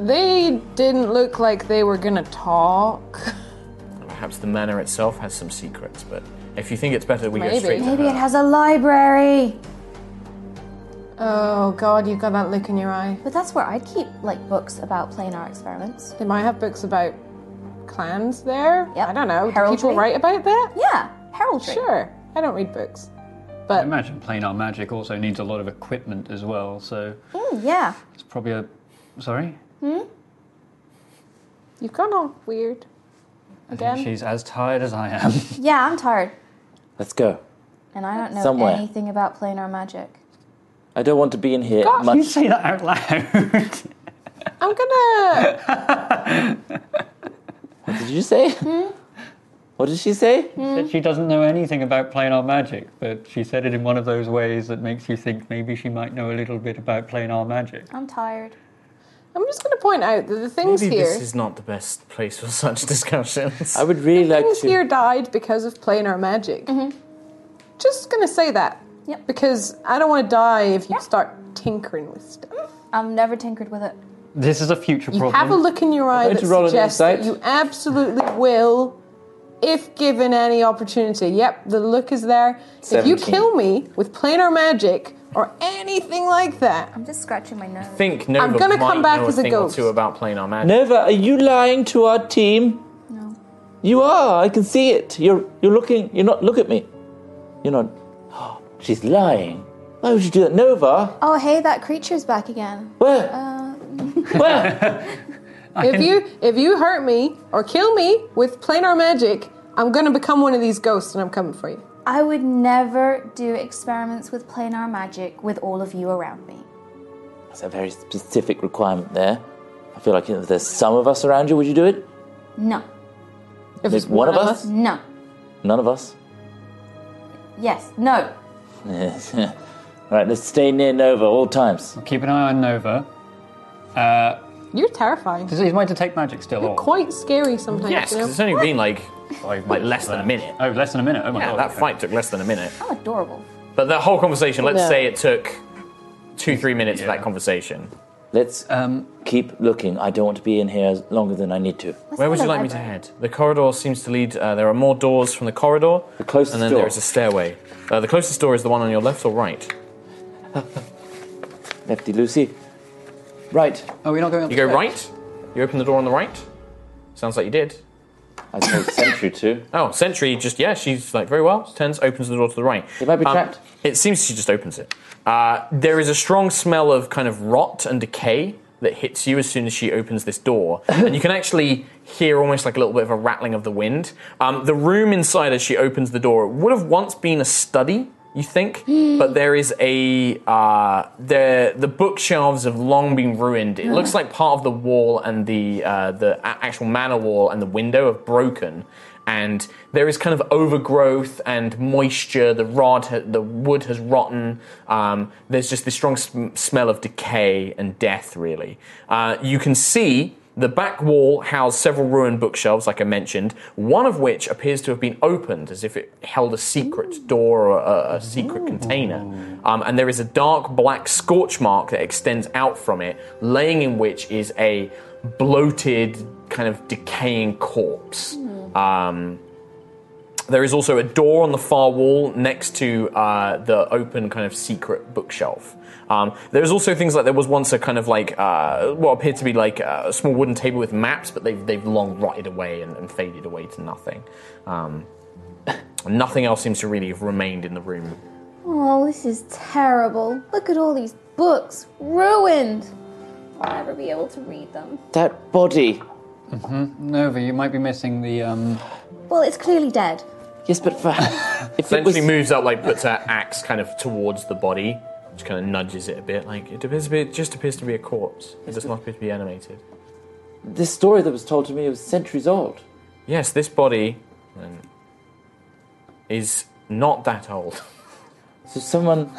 Speaker 5: They didn't look like they were gonna talk.
Speaker 2: Perhaps the manor itself has some secrets, but if you think it's better, we go
Speaker 5: Maybe.
Speaker 2: straight to
Speaker 4: Maybe
Speaker 2: her.
Speaker 4: it has a library.
Speaker 5: Oh god, you've got that look in your eye.
Speaker 4: But that's where I keep like books about planar experiments.
Speaker 5: They might have books about clans there.
Speaker 4: Yep.
Speaker 5: I don't know. Do
Speaker 4: Heraldry.
Speaker 5: people write about that?
Speaker 4: Yeah, heraldry.
Speaker 5: Sure. I don't read books.
Speaker 1: I imagine planar magic also needs a lot of equipment as well. So
Speaker 4: Mm, yeah.
Speaker 1: it's probably a. Sorry.
Speaker 5: You've gone all weird.
Speaker 1: I think
Speaker 5: Again?
Speaker 1: she's as tired as I am.
Speaker 4: Yeah, I'm tired.
Speaker 6: Let's go.
Speaker 4: And I don't know
Speaker 6: Somewhere.
Speaker 4: anything about planar magic.
Speaker 6: I don't want to be in here much.
Speaker 1: you say that out loud.
Speaker 5: I'm gonna.
Speaker 6: What did you say? What did she say?
Speaker 1: Said she doesn't know anything about planar magic, but she said it in one of those ways that makes you think maybe she might know a little bit about planar magic.
Speaker 4: I'm tired.
Speaker 5: I'm just gonna point out that the things
Speaker 2: Maybe
Speaker 5: here.
Speaker 2: this is not the best place for such discussions.
Speaker 6: I would really like
Speaker 5: Things
Speaker 6: to.
Speaker 5: here died because of planar magic. Just gonna say that.
Speaker 4: Yep.
Speaker 5: Because I don't want to die if you
Speaker 4: Yeah.
Speaker 5: start tinkering with stuff.
Speaker 4: I've never tinkered with it.
Speaker 1: This is a future problem.
Speaker 5: Have a look in your eye
Speaker 6: Going
Speaker 5: that
Speaker 6: to roll an
Speaker 5: suggests that
Speaker 6: insight.
Speaker 5: you absolutely will, if given any opportunity. Yep, the look is there. If you
Speaker 6: 17.
Speaker 5: kill me with planar magic or anything like that,
Speaker 4: I'm just scratching my nose.
Speaker 2: think Nova
Speaker 5: I'm gonna
Speaker 2: might
Speaker 5: come back
Speaker 2: know
Speaker 5: as
Speaker 2: a
Speaker 5: a
Speaker 2: thing
Speaker 5: ghost.
Speaker 2: or two about planar magic.
Speaker 6: Nova, are you lying to our team?
Speaker 4: No.
Speaker 6: You are. I can see it. You're you're looking. You're not. Look at me. You're not. She's lying. Why would you do that, Nova?
Speaker 4: Oh, hey, that creature's back again.
Speaker 6: Where?
Speaker 4: Uh,
Speaker 5: If you if you hurt me or kill me with planar magic, I'm gonna become one of these ghosts and I'm coming for you.
Speaker 4: I would never do experiments with planar magic with all of you around me.
Speaker 6: That's a very specific requirement there. I feel like if there's some of us around you, would you do it?
Speaker 4: No.
Speaker 5: If
Speaker 6: There's one of us?
Speaker 4: No.
Speaker 6: None of us?
Speaker 4: Yes. No.
Speaker 6: All right, let's stay near Nova all times.
Speaker 1: Keep an eye on Nova. Uh,
Speaker 5: You're terrifying.
Speaker 1: is, is my detect magic still
Speaker 5: You're
Speaker 1: on?
Speaker 5: quite scary sometimes.
Speaker 2: Yes,
Speaker 5: you know?
Speaker 2: because it's only been like like less than a minute.
Speaker 1: Oh, less than a minute. Oh my
Speaker 2: Yeah,
Speaker 1: god.
Speaker 2: that
Speaker 1: okay.
Speaker 2: fight took less than a minute.
Speaker 4: How adorable.
Speaker 2: But that whole conversation, let's
Speaker 5: No.
Speaker 2: say it took two, three minutes of that conversation.
Speaker 6: Let's uh,
Speaker 1: Um,
Speaker 6: keep looking. I don't want to be in here as- longer than I need to.
Speaker 4: Let's
Speaker 2: Where
Speaker 4: go
Speaker 2: would you
Speaker 4: the
Speaker 2: like me to
Speaker 4: library.
Speaker 2: head? The corridor seems to lead. Uh, there are more doors from the corridor.
Speaker 6: The closest
Speaker 2: And then
Speaker 6: door.
Speaker 2: there is a stairway. Uh, the closest door is the one on your left or right.
Speaker 6: Lefty Lucy. Right.
Speaker 1: Oh, we're not going. Up
Speaker 2: You
Speaker 1: the
Speaker 2: go
Speaker 1: stairs?
Speaker 2: right. You open the door on the right. Sounds like you did.
Speaker 6: I told Sentry to.
Speaker 2: Oh, Sentry just, yeah, she's like, very well. Turns, opens the door to the right. Um,
Speaker 6: It might be trapped.
Speaker 2: It seems she just opens it. Uh, there is a strong smell of kind of rot and decay that hits you as soon as she opens this door. and you can actually hear almost like a little bit of a rattling of the wind. Um, the room inside as she opens the door would have once been a study. You think, but there is a uh, the the bookshelves have long been ruined. It looks like part of the wall and the uh, the a- actual manor wall and the window have broken, and there is kind of overgrowth and moisture. The rod, ha- the wood has rotten. Um, there's just this strong sm- smell of decay and death. Really, uh, you can see the back wall housed several ruined bookshelves, like I mentioned. One of which appears to have been opened, as if it held a secret door or a, a secret container. Um, and there is a dark black scorch mark that extends out from it, laying in which is a bloated, kind of decaying corpse. Um, there is also a door on the far wall next to uh, the open kind of secret bookshelf. Um, there's also things like there was once a kind of like uh, what appeared to be like a small wooden table with maps, but they've, they've long rotted away and, and faded away to nothing. Um, nothing else seems to really have remained in the room.
Speaker 3: Oh, this is terrible. Look at all these books ruined. I'll never be able to read them.
Speaker 6: That body.
Speaker 1: Nova, you might be missing the. Um,
Speaker 3: Well, it's clearly dead.
Speaker 6: Yes, but for. if it was,
Speaker 2: Eventually moves up, like puts her axe kind of towards the body, which kind of nudges it a bit. Like it appears to be, it just appears to be a corpse. It does not appear to be animated.
Speaker 6: this story that was told to me was centuries old.
Speaker 2: Yes, this body um, is not that old.
Speaker 6: So someone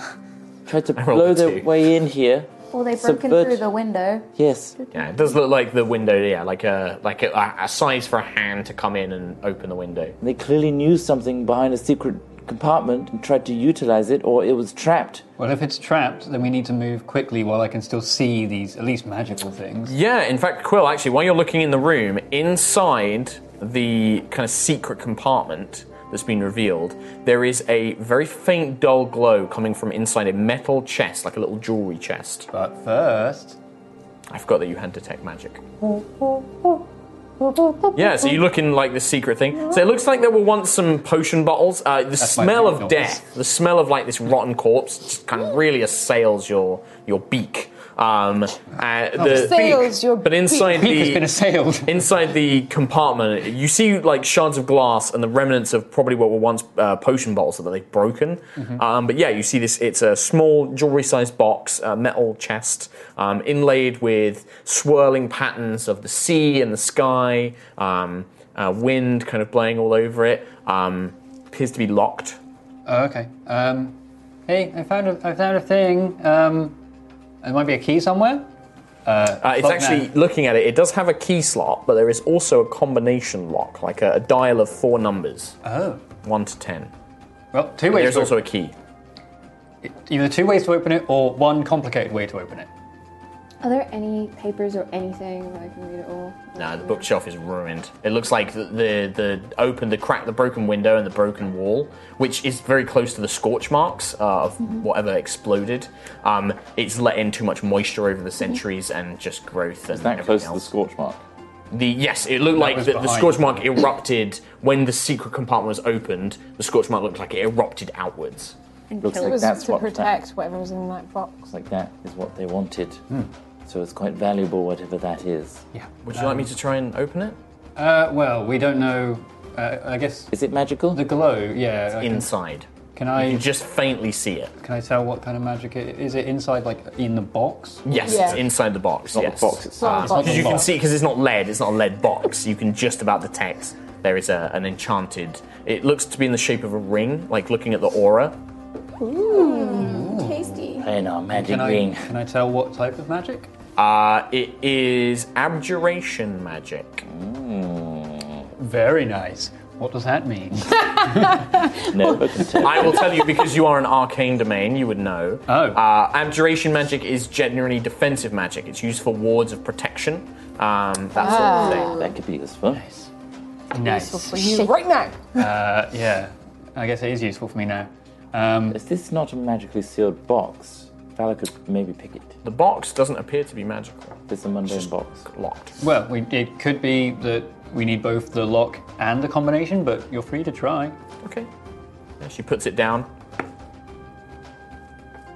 Speaker 6: tried to
Speaker 2: rolled
Speaker 6: blow
Speaker 2: a
Speaker 6: their
Speaker 2: two.
Speaker 6: way in here.
Speaker 4: Well, they've
Speaker 6: Subvert-
Speaker 4: broken through the window.
Speaker 6: Yes.
Speaker 2: Yeah, it does look like the window. Yeah, like a like a, a size for a hand to come in and open the window.
Speaker 6: They clearly knew something behind a secret compartment and tried to utilize it, or it was trapped.
Speaker 1: well, if it's trapped, then we need to move quickly while I can still see these at least magical things.
Speaker 2: Yeah, in fact, Quill, actually, while you're looking in the room, inside the kind of secret compartment that's been revealed, there is a very faint, dull glow coming from inside a metal chest, like a little jewelry chest.
Speaker 1: But first,
Speaker 2: I forgot that you had detect magic. Yeah, so you look in like this secret thing. So it looks like there were once some potion bottles. Uh, the
Speaker 1: my
Speaker 2: smell of
Speaker 1: noise.
Speaker 2: death, the smell of like this rotten corpse, just kind of really assails your your beak. Um, uh, the,
Speaker 5: Assails your
Speaker 2: but inside
Speaker 1: Peak has
Speaker 2: the
Speaker 1: been assailed.
Speaker 2: inside the compartment, you see like shards of glass and the remnants of probably what were once uh, potion bottles that they've broken. Um, but yeah, you see this. It's a small jewelry-sized box, a metal chest, um, inlaid with swirling patterns of the sea and the sky, um, uh, wind kind of blowing all over it. Um, appears to be locked.
Speaker 1: Oh, okay. Um, hey, I found a, I found a thing. Um, there might be a key somewhere.
Speaker 2: Uh, it's
Speaker 1: Lock
Speaker 2: actually
Speaker 1: now.
Speaker 2: looking at it. It does have a key slot, but there is also a combination lock, like a, a dial of four numbers,
Speaker 1: Oh.
Speaker 2: one to ten.
Speaker 1: Well, two ways.
Speaker 2: There's
Speaker 1: to
Speaker 2: also a
Speaker 1: open-
Speaker 2: key.
Speaker 1: either two ways to open it or one complicated way to open it.
Speaker 3: Are there any papers or anything that I can read at all?
Speaker 2: No, the bookshelf is ruined. It looks like the, the the open, the crack, the broken window, and the broken wall, which is very close to the scorch marks uh, of whatever exploded. Um, it's let in too much moisture over the centuries and just growth and
Speaker 6: That
Speaker 2: everything
Speaker 6: close to the
Speaker 2: else.
Speaker 6: scorch mark.
Speaker 2: The- yes, it looked like
Speaker 1: was
Speaker 2: the, the
Speaker 1: behind.
Speaker 2: scorch mark erupted when the secret compartment was opened. The scorch mark looked like it erupted outwards.
Speaker 5: And
Speaker 6: Looks
Speaker 5: kill
Speaker 6: like
Speaker 5: it was
Speaker 6: that's
Speaker 5: to
Speaker 6: what
Speaker 5: protect whatever's in that box.
Speaker 6: Looks like that is what they wanted. So it's quite valuable, whatever that is.
Speaker 1: Yeah.
Speaker 2: Would you like me to try and open it?
Speaker 1: Um, Uh, well, we don't know. Uh, I guess.
Speaker 6: Is it magical?
Speaker 1: The glow, yeah. I can-
Speaker 2: Inside.
Speaker 1: Can I-
Speaker 2: You can just faintly see it.
Speaker 1: Can I tell what kind of magic it is? It inside, like in the box?
Speaker 2: Yes,
Speaker 5: Yeah.
Speaker 2: it's inside the box.
Speaker 6: not the
Speaker 2: yes.
Speaker 6: box, it's-
Speaker 5: not the box.
Speaker 2: Because you can
Speaker 1: box.
Speaker 2: see, because it's not lead, it's not a lead box. You can just about detect there is a, an enchanted. It looks to be in the shape of a ring, like looking at the aura.
Speaker 3: Tasty.
Speaker 6: Playing our magic
Speaker 1: Can I,
Speaker 6: ring.
Speaker 1: can I tell what type of magic?
Speaker 2: Uh, it is abjuration magic.
Speaker 1: Very nice. What does that mean?
Speaker 6: Never can tell.
Speaker 2: I will tell you because you are an arcane domain, you would know.
Speaker 1: Oh.
Speaker 2: Uh, abjuration magic is generally defensive magic. It's used for wards of protection, um, that sort of thing.
Speaker 6: That could be useful.
Speaker 1: nice.
Speaker 5: For you right now.
Speaker 1: Uh, yeah, I guess it is useful for me now. Um,
Speaker 6: Is this not a magically sealed box? Fala could maybe pick it.
Speaker 2: The box doesn't appear to be magical.
Speaker 6: It's a mundane box.
Speaker 2: Locked.
Speaker 1: well, we, it could be that we need both the lock and the combination, but you're free to try.
Speaker 2: Okay. Yeah, she puts it down.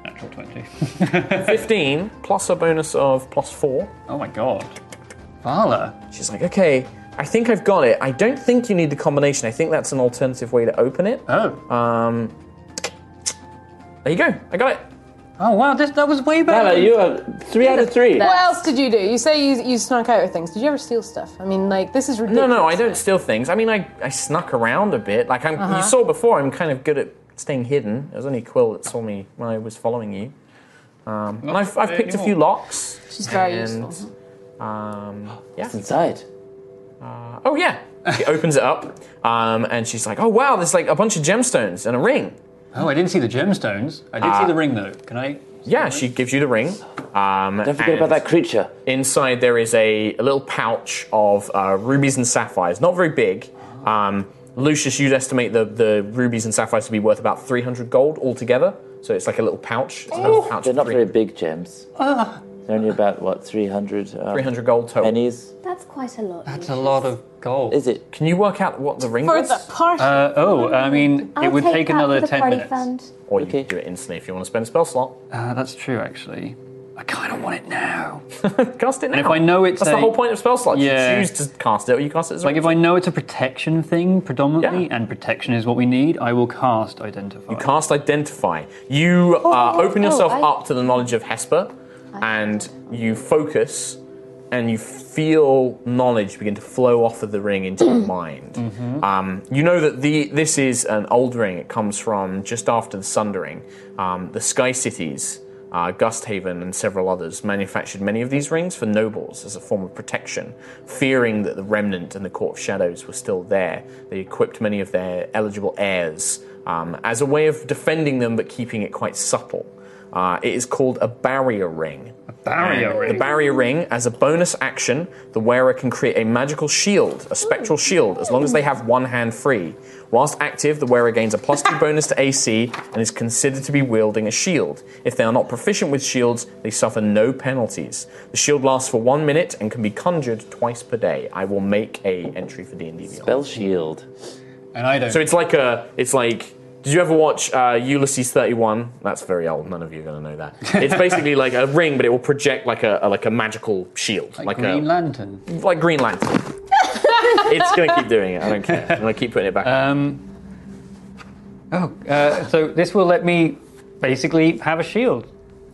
Speaker 1: Natural 20.
Speaker 2: 15 plus a bonus of plus 4.
Speaker 1: oh my god. Vala.
Speaker 2: She's like, okay, I think I've got it. I don't think you need the combination. I think that's an alternative way to open it.
Speaker 1: Oh.
Speaker 2: Um, there you go. I got it.
Speaker 1: oh wow, this, that was way better.
Speaker 6: Fala, you are three out of three.
Speaker 5: What else did you do? You say you, you snuck out of things. Did you ever steal stuff? I mean, like, this is
Speaker 2: No,
Speaker 5: ridiculous.
Speaker 2: no, I don't steal things. I mean, I, I snuck around a bit. Like I'm, you saw before, I'm kind of good at staying hidden. It was only Quill that saw me when I was following you. Um, and I've, I've picked a few locks.
Speaker 5: She's very
Speaker 2: and,
Speaker 5: useful.
Speaker 2: Um, yeah.
Speaker 6: It's inside.
Speaker 2: Oh yeah. She opens it up, um, and she's like, "Oh wow, there's like a bunch of gemstones and a ring."
Speaker 1: Oh, I didn't see the gemstones. I did see the ring though. Can I?
Speaker 2: Yeah, she gives you the ring. Um,
Speaker 6: Don't forget about that creature.
Speaker 2: Inside there is a, a little pouch of uh, rubies and sapphires, not very big. Um, Lucius, you'd estimate the, the rubies and sapphires to be worth about 300 gold altogether. So it's like a little pouch. It's a little pouch
Speaker 6: They're
Speaker 2: of
Speaker 6: not very
Speaker 2: 300,
Speaker 6: big gems. They're only about, what, 300? Uh,
Speaker 2: 300 gold total.
Speaker 6: pennies?
Speaker 3: That's quite a lot.
Speaker 1: That's a lot of gold.
Speaker 6: Is it?
Speaker 2: Can you work out what the ring
Speaker 5: For
Speaker 2: was?
Speaker 5: the party.
Speaker 1: Uh, oh, I mean,
Speaker 3: I'll
Speaker 1: it would take,
Speaker 3: that for
Speaker 1: another
Speaker 3: the
Speaker 1: 10
Speaker 3: party
Speaker 1: minutes.
Speaker 3: Fund.
Speaker 2: Or you
Speaker 6: Okay.
Speaker 2: can do it instantly if you want to spend a spell slot.
Speaker 1: Uh, that's true, actually. I kind of want it now.
Speaker 2: Cast it now.
Speaker 1: if I know it's
Speaker 2: That's
Speaker 1: a-
Speaker 2: the whole point of spell slots.
Speaker 1: Yeah.
Speaker 2: You choose to cast it or you cast it as a
Speaker 1: Like, if I know it's a protection thing predominantly,
Speaker 2: Yeah.
Speaker 1: and protection is what we need, I will cast Identify.
Speaker 2: You cast Identify. You uh,
Speaker 3: oh,
Speaker 2: open
Speaker 3: oh,
Speaker 2: yourself
Speaker 3: I-
Speaker 2: up to the knowledge of Hesper, and you focus, and you feel knowledge begin to flow off of the ring into your mind. Um, you know that the this is an old ring. It comes from just after the Sundering. Um, the Sky Cities, uh, Gusthaven, and several others manufactured many of these rings for nobles as a form of protection, fearing that the Remnant and the Court of Shadows were still there. They equipped many of their eligible heirs um, as a way of defending them, but keeping it quite subtle. Uh, it is called a barrier ring.
Speaker 1: Barrier
Speaker 2: And
Speaker 1: ring.
Speaker 2: The barrier ring, as a bonus action, the wearer can create a magical shield, a spectral shield, as long as they have one hand free. Whilst active, the wearer gains a plus two bonus to AC and is considered to be wielding a shield. If they are not proficient with shields, they suffer no penalties. The shield lasts for one minute and can be conjured twice per day. I will make a entry for D and D.
Speaker 6: Bell shield.
Speaker 1: and I don't.
Speaker 2: So it's like a, it's like. Did you ever watch uh, Ulysses 31? That's very old. None of you are going to know that. It's basically like a ring, but it will project like a, a- like a magical shield, like,
Speaker 1: Green
Speaker 2: a
Speaker 1: Lantern.
Speaker 2: like Green Lantern. it's going to keep doing it. I don't care. I'm going to keep putting it back. on.
Speaker 1: Um, oh, uh, so this will let me basically have a shield.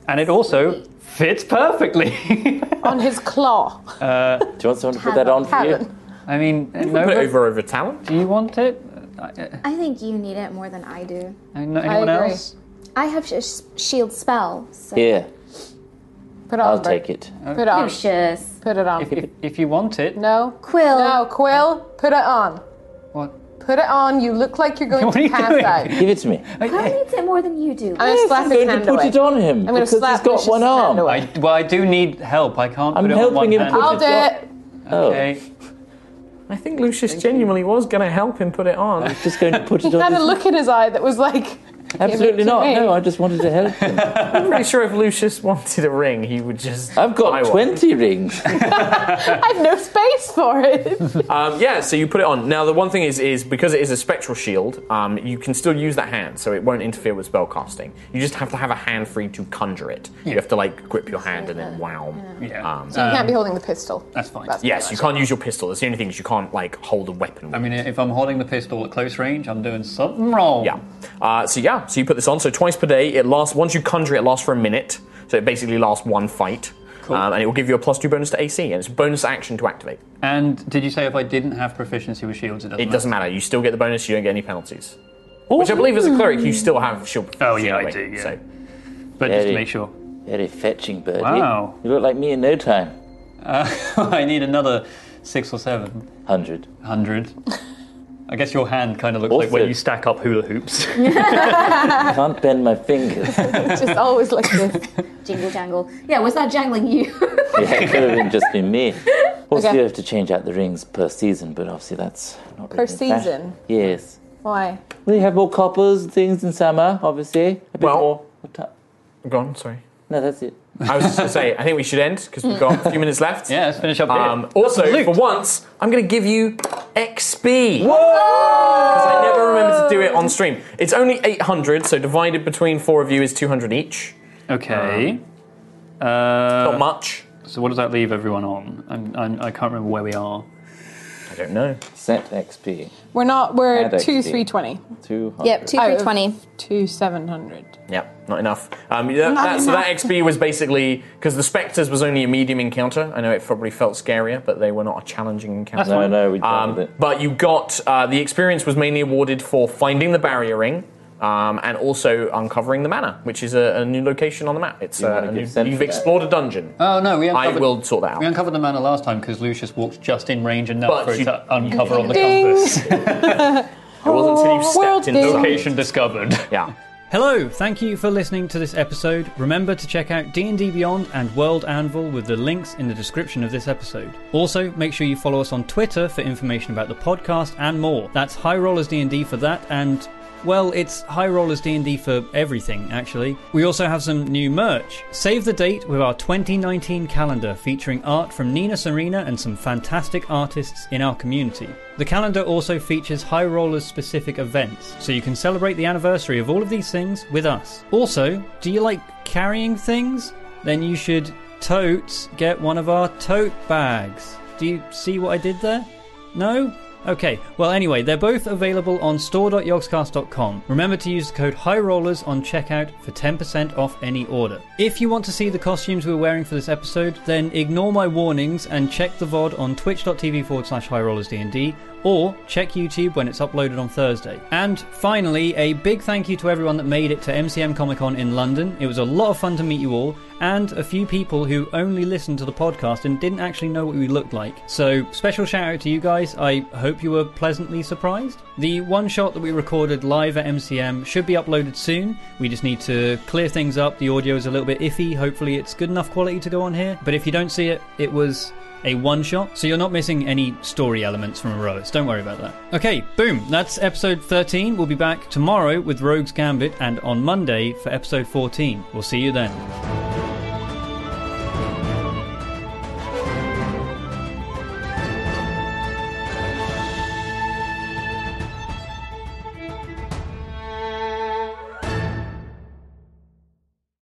Speaker 1: And it also fits perfectly.
Speaker 5: on his claw.
Speaker 6: Do you want someone to put that on for you?
Speaker 1: I mean,
Speaker 2: Put it
Speaker 1: Nova,
Speaker 2: over over talent.
Speaker 1: do you want it? Uh,
Speaker 3: I think you need it more than I do.
Speaker 1: uh, no- anyone
Speaker 5: agree.
Speaker 1: else?
Speaker 3: I have sh- sh- shield spell. So.
Speaker 6: Here,
Speaker 5: Put it on.
Speaker 6: I'll
Speaker 5: Bert.
Speaker 6: take it.
Speaker 5: Put it on.
Speaker 3: Lucius.
Speaker 5: Put it on.
Speaker 1: If, if, if you want it.
Speaker 5: No.
Speaker 3: Quill.
Speaker 5: No, Quill, put it on.
Speaker 1: What?
Speaker 5: Put it on. You look like you're going
Speaker 1: What are
Speaker 5: to
Speaker 1: you
Speaker 5: pass
Speaker 1: doing?
Speaker 5: out.
Speaker 6: Give it to me. I'm
Speaker 3: Quill needs it more than you do.
Speaker 5: I'm going to slap his
Speaker 6: going
Speaker 5: hand
Speaker 6: to put
Speaker 5: away.
Speaker 6: it on him
Speaker 5: I'm going to
Speaker 6: because he's
Speaker 5: slap
Speaker 6: got
Speaker 5: Lucius'
Speaker 6: one
Speaker 5: hand
Speaker 6: arm.
Speaker 5: away.
Speaker 1: I, well, I do need help. I can't
Speaker 6: I'm
Speaker 1: put it on one
Speaker 6: helping him
Speaker 1: hand.
Speaker 6: put
Speaker 5: I'll do it.
Speaker 6: Oh,
Speaker 1: Okay.
Speaker 2: I think Lucius genuinely was going to help him put it on.
Speaker 6: just going to put it
Speaker 5: He
Speaker 6: on.
Speaker 5: had a
Speaker 6: his-
Speaker 5: look in his eye that was like,
Speaker 6: Absolutely not. No, I just wanted to help them.
Speaker 2: I'm pretty sure if Lucius wanted a ring, he would just.
Speaker 6: I've
Speaker 2: buy
Speaker 6: got
Speaker 2: one.
Speaker 6: 20 rings.
Speaker 5: I've no space for it.
Speaker 2: Um, yeah, so you put it on. Now the one thing is, is because it is a spectral shield, um, you can still use that hand, so it won't interfere with spell casting. You just have to have a hand free to conjure it. You have to like grip your hand and then wow.
Speaker 7: Yeah.
Speaker 2: Um,
Speaker 5: So you can't be holding the pistol.
Speaker 7: That's fine.
Speaker 2: yes, you can't use your pistol. That's the only thing is you can't like hold a weapon. With.
Speaker 7: I mean, if I'm holding the pistol at close range, I'm doing something wrong.
Speaker 2: Yeah. Uh, so yeah, so you put this on. So twice per day, it lasts. Once you conjure, it it lasts for a minute. So it basically lasts one fight, cool. um, and it will give you a plus two bonus to AC, and it's a bonus action to activate.
Speaker 7: And did you say if I didn't have proficiency with shields, it doesn't?
Speaker 2: It doesn't matter. You still get the bonus. You don't get any penalties. Which I believe, as a cleric, you still have shield.
Speaker 7: Oh, yeah, I
Speaker 2: right?
Speaker 7: do, yeah.
Speaker 2: So
Speaker 7: But just
Speaker 6: Yeah,
Speaker 7: to
Speaker 6: it-
Speaker 7: make sure.
Speaker 6: Very fetching, birdie.
Speaker 7: Wow.
Speaker 6: You look like me in no time.
Speaker 7: Uh, I need another six or seven
Speaker 6: 100.
Speaker 7: hundred. I guess your hand kind of looks like
Speaker 6: Awesome.
Speaker 7: when you stack up hula hoops.
Speaker 6: I can't bend my fingers.
Speaker 5: It's just always like this.
Speaker 4: Jingle jangle. Yeah, was that jangling you?
Speaker 6: Yeah, it could have been just been me. Also,
Speaker 5: Okay.
Speaker 6: you have to change out the rings per season, but obviously that's not
Speaker 5: Per
Speaker 6: really fashion.
Speaker 5: season?
Speaker 6: Yes.
Speaker 5: Why?
Speaker 6: Well, you have more coppers and things in summer, obviously. A bit
Speaker 2: Well-
Speaker 6: more. What ti-
Speaker 2: go on. Sorry.
Speaker 6: No, that's it.
Speaker 2: I was just going to say, I think we should end because we've got a few minutes left.
Speaker 7: yeah, let's finish up here.
Speaker 2: Um, also,
Speaker 7: Loot.
Speaker 2: for once, I'm going to give you XP. Whoa! Because I never remember to do it on stream. It's only 800, so divided between four of you is 200 each.
Speaker 7: okay. Uh,
Speaker 2: um, Not much.
Speaker 7: so what does that leave everyone on? I'm, I'm, I can't remember where we are.
Speaker 2: I don't know.
Speaker 6: Cent XP.
Speaker 5: We're not. We're
Speaker 6: Add XP.
Speaker 5: two three twenty.
Speaker 6: 200.
Speaker 3: Yep, two three twenty.
Speaker 5: Two seven hundred.
Speaker 2: Yeah, not enough. Um, that, that- So that XP was basically because the specters was only a medium encounter. I know it probably felt scarier, but they were not a challenging encounter.
Speaker 6: No, no, we
Speaker 2: Um,
Speaker 6: um, it.
Speaker 2: but you got uh, the experience was mainly awarded for finding the barrier ring um, and also uncovering the manor, which is a, a new location on the map. It's uh,
Speaker 6: wanna
Speaker 2: a
Speaker 6: give
Speaker 2: new,
Speaker 6: Sentry
Speaker 2: you've
Speaker 6: that?
Speaker 2: explored a dungeon.
Speaker 7: Oh no, we
Speaker 2: I
Speaker 7: uncovered.
Speaker 2: will sort that
Speaker 7: We
Speaker 2: out.
Speaker 7: uncovered the manor last time because Lucius walked just in range enough
Speaker 2: But
Speaker 7: for
Speaker 2: you-
Speaker 7: it to uncover on the
Speaker 5: Ding.
Speaker 7: compass.
Speaker 2: It wasn't until you
Speaker 5: World
Speaker 2: stepped
Speaker 5: game.
Speaker 2: into
Speaker 7: Location discovered.
Speaker 2: Yeah.
Speaker 1: Hello, thank you for listening to this episode. Remember to check out D&D Beyond and World Anvil with the links in the description of this episode. Also, make sure you follow us on Twitter for information about the podcast and more. That's High Rollers D&D for that and well, it's High Rollers D&D for everything actually. We also have some new merch. Save the date with our 2019 calendar featuring art from Nina Serena and some fantastic artists in our community. The calendar also features High Rollers specific events, so you can celebrate the anniversary of all of these things with us. Also, do you like carrying things? Then you should totes get one of our tote bags. Do you see what I did there? No? Okay, well, anyway, they're both available on store.yogscast.com. Remember to use the code HIGHROLLERS on checkout for 10% off any order. If you want to see the costumes we're wearing for this episode, then ignore my warnings and check the VOD on twitch.tv forward slash HighRollersDND or check YouTube when it's uploaded on Thursday. And finally, a big thank you to everyone that made it to MCM Comic Con in London. It was a lot of fun to meet you all, and a few people who only listened to the podcast and didn't actually know what we looked like. So, special shout out to you guys. I hope you were pleasantly surprised. The one shot that we recorded live at MCM should be uploaded soon. We just need to clear things up. The audio is a little bit iffy. Hopefully, it's good enough quality to go on here. But if you don't see it, it was a one shot, so you're not missing any story elements from Erois. Don't worry about that. Okay, boom, that's episode 13. We'll be back tomorrow with Rogue's Gambit and on Monday for episode 14. We'll see you then.